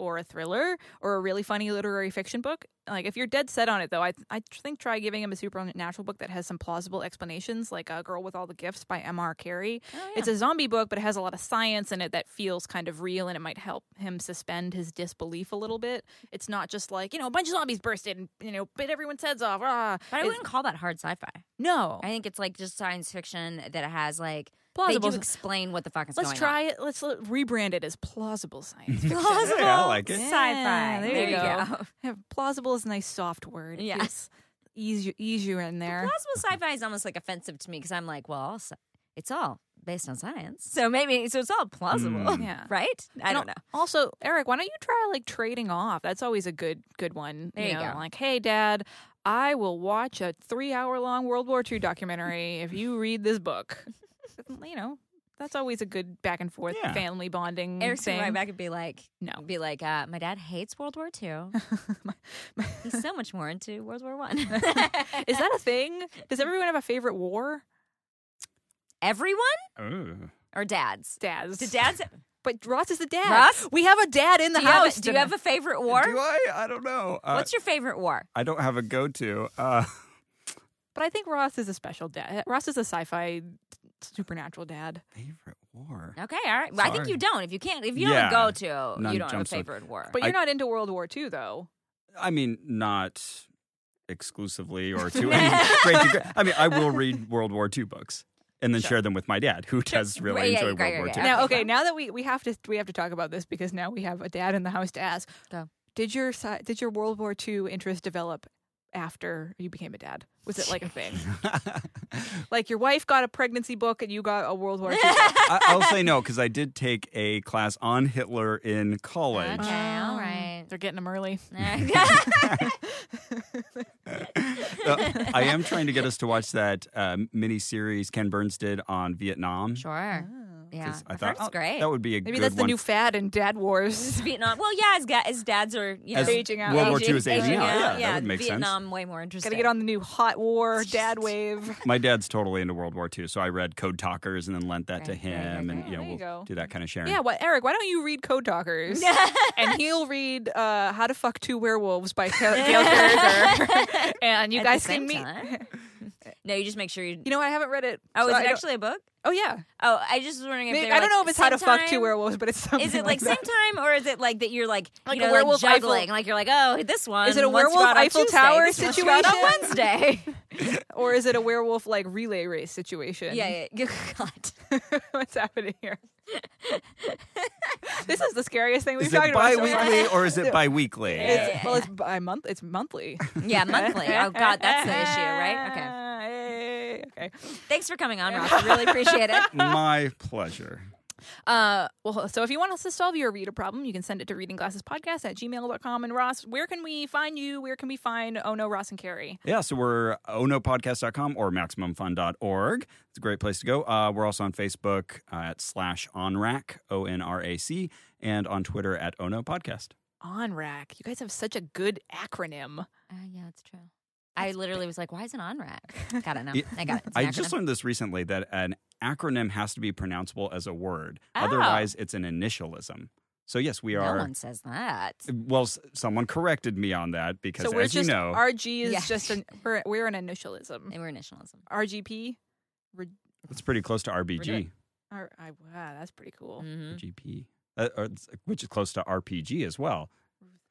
D: or a thriller or a really funny literary fiction book. Like, if you're dead set on it, though, I, th- I think try giving him a supernatural book that has some plausible explanations, like A Girl with All the Gifts by M.R. Carey. Oh, It's a zombie book, but it has a lot of science in it that feels kind of real, and it might help him suspend his disbelief a little bit. It's not just like, you know, a bunch of zombies burst in, you know, bit everyone's heads off. Ah.
B: But I
D: It's-
B: wouldn't call that hard sci-fi.
D: no.
B: I think it's like just science fiction that has like
D: Plausible.
B: they do explain what the fuck is
D: Let's
B: going
D: try it. Let's l- rebrand it as plausible science. fiction.
B: on. Plausible
C: Yeah, I like it.
B: sci-fi.
D: Yeah,
B: there, you go.
D: Yeah, plausible is a nice soft word. It
B: Yeah.
D: feels- Ease you, ease you in there.
B: Plausible sci-fi is almost like offensive to me because I'm like, well, sci- it's all based on science, so maybe so it's all plausible,
C: Mm.
D: Yeah.
B: right? I
D: And
B: don't know.
D: al- Also, Eric, why don't you try like trading off? That's always a good good one.
B: There you
D: know,
B: go.
D: Like, hey, Dad, I will watch a three hour long World War II documentary if you read this book. you know, that's always a good back and forth
C: Yeah.
D: family bonding
B: Eric's
D: thing.
B: gonna write back and be like,
D: No.
B: be like, uh, my dad hates World War II. He's so much more into World War One.
D: Is that a thing? Does everyone have a favorite war?
B: everyone
C: Oh.
B: or dads?
D: Dads.
B: Do dads?
D: But Ross is the dad.
B: Ross?
D: We have a dad in the
B: do you
D: house.
B: have a, do you have a favorite war?
C: Do I? I don't know. Uh,
B: What's your favorite war?
C: I don't have a go-to. Uh,
D: but I think Ross is a special dad. Eh, Ross is a sci-fi supernatural dad.
C: favorite war.
B: Okay, all right. Well, I think
C: Sorry.
B: you don't. If you can't, if you
C: Yeah.
B: don't go to,
C: None
B: you don't have a
C: jumps up.
B: favorite war.
D: But
C: I-
D: you're not into World War II though.
C: I mean, not exclusively or to any great degree. I mean, I will read World War II books and then share them with my dad, who does really
B: Right, yeah,
C: enjoy
B: yeah, great,
C: World
B: great,
C: War
B: great.
C: II.
D: Now,
B: Okay,
D: okay, now that we we have to we have to talk about this because now we have a dad in the house to ask.
B: Go.
D: Did your sci- did your World War II interest develop after you became a dad? Was it like a thing? like your wife got a pregnancy book and you got a World War II. book.
C: I, I'll say no because I did take a class on Hitler in college.
B: okay, all right.
D: They're getting them early.
C: Uh, I am trying to get us to watch that uh, mini series Ken Burns did on Vietnam.
B: sure. Yeah,
C: 'cause I thought
B: that's
C: oh,
B: great.
C: that would be a
D: Maybe
C: good
D: that's the
C: one
D: new fad in dad wars.
B: Vietnam. Well, yeah, as, ga- as dads are, you know,
C: As
D: aging out.
C: World War
B: aging-
C: II is aging,
B: aging
C: out. Yeah,
B: yeah,
C: that would make
B: Vietnam way more interesting.
D: Got to get on the new hot war dad wave.
C: sense. My dad's totally into World War II, so I read Code Talkers and then lent that to
B: Right, right,
C: him,
B: right,
C: and
B: right.
C: you know
D: There you
C: we'll
D: go.
C: do that kind of sharing.
D: Yeah, well, Eric, why don't you read Code Talkers? and he'll read uh, How to Fuck Two Werewolves by Cal- Gail Carriger. and you
B: At the
D: guys
B: same
D: can meet.
B: time. no, you just make sure you.
D: You know, I haven't read it.
B: Oh,
D: so
B: is
D: I
B: it
D: don't-
B: actually a book?
D: Oh, yeah.
B: Oh, I just was wondering if
D: Maybe-
B: they were
D: I don't know
B: like,
D: if it's How to
B: same
D: Fuck Two
B: time?
D: Werewolves, but it's something.
B: Is it like same
D: that.
B: time, or is it like that you're like
D: Like
B: you
D: a
B: know,
D: werewolf
B: like
D: Eiffel-
B: juggling? Like you're like, oh, this one.
D: Is it a
B: once
D: werewolf
B: got on
D: Eiffel
B: Tuesday,
D: Tower
B: this one's got on
D: situation?
B: Wednesday?
D: Or is it a werewolf like relay race situation?
B: yeah, yeah. God.
D: What's happening here? this is the scariest thing we've
C: Is
D: talked
C: it
D: about. so far.
C: bi-weekly or is it bi-weekly?
D: It's, well, it's bi month. It's monthly.
B: Yeah, monthly. Oh God, that's the issue, right? Okay.
D: Okay. Okay.
B: Thanks for coming on, Ross. I really appreciate it.
C: My pleasure.
D: Uh, well, so if you want us to solve your reader problem, you can send it to readingglassespodcast at gmail.com. And Ross, where can we find you? Where can we find Oh No, Ross and Carrie?
C: Yeah, so we're onopodcast.com or maximumfun.org. It's a great place to go. Uh, we're also on Facebook uh, at slash onrac, O N R A C, and on Twitter at ono podcast.
D: ONRAC. You guys have such a good acronym.
C: Ah,
B: Uh, yeah, that's true. I literally was like, why is it on rack? Got it now.
C: It-
B: I got it. It's
C: I
B: an
C: just
B: acronym.
C: learned this recently that an acronym has to be pronounceable as a word.
D: Oh.
C: Otherwise, it's an initialism. So, yes, we
B: No
C: are.
B: one says that.
C: well, s- someone corrected me on that because,
D: So we're
C: as
D: just,
C: you know,
D: RG is
B: Yeah.
D: just an, we're, we're an initialism.
B: They were initialism.
D: RGP? Re-
C: it's pretty close to RBG,
D: doing- R- I, wow, that's pretty
C: Oh,
D: cool.
B: hmm
C: GP, uh, or it's- which is close to RPG as well.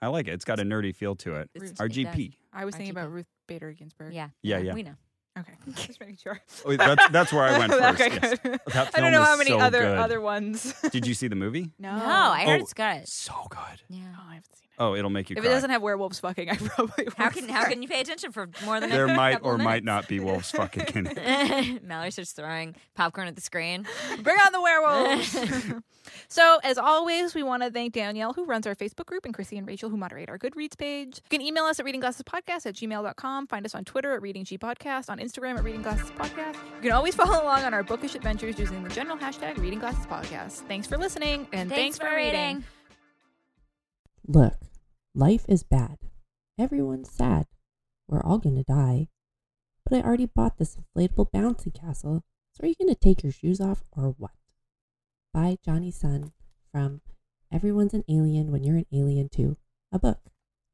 C: I like it. It's got a nerdy feel to it.
B: It's- it
C: RGP.
D: I was thinking about
B: RGP.
D: Ruth Bader Ginsburg.
B: Yeah.
C: Yeah, yeah.
B: We know.
D: Okay. just making sure.
C: Oh, that's, that's where I went first.
D: Okay,
C: yes.
D: good.
C: That
D: I
C: film
D: don't know
C: is
D: how many
C: so
D: other
C: good.
D: other ones.
C: Did you see the movie?
D: no.
B: No, I heard
C: Oh.
B: it's good.
C: So good.
B: Yeah.
D: Oh, I haven't seen it.
C: Oh, it'll make you
D: If it
C: cry.
D: doesn't have werewolves fucking, I probably
B: How
D: won't.
B: can how can you pay attention for more than
C: there
B: a
C: might
B: couple
C: or
B: of
C: might
B: minutes?
C: not be wolves fucking in it.
B: Mallory starts throwing popcorn at the screen.
D: Bring on the werewolves. so, as always, we want to thank Danielle, who runs our Facebook group, and Chrissy and Rachel, who moderate our Goodreads page. You can email us at readingglassespodcast at gmail.com. Find us on Twitter at readinggpodcast, on Instagram at readingglassespodcast. You can always follow along on our bookish adventures using the general hashtag readingglassespodcast. Thanks for listening, and thanks, for reading.
H: Look, life is bad. Everyone's sad. We're all gonna die. But I already bought this inflatable bouncy castle, so are you gonna take your shoes off or what? By Johnny Sun from Everyone's an Alien When You're an Alien Too, a book.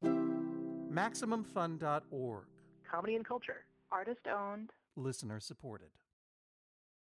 I: MaximumFun.org.
J: Comedy and culture. Artist owned.
I: Listener supported.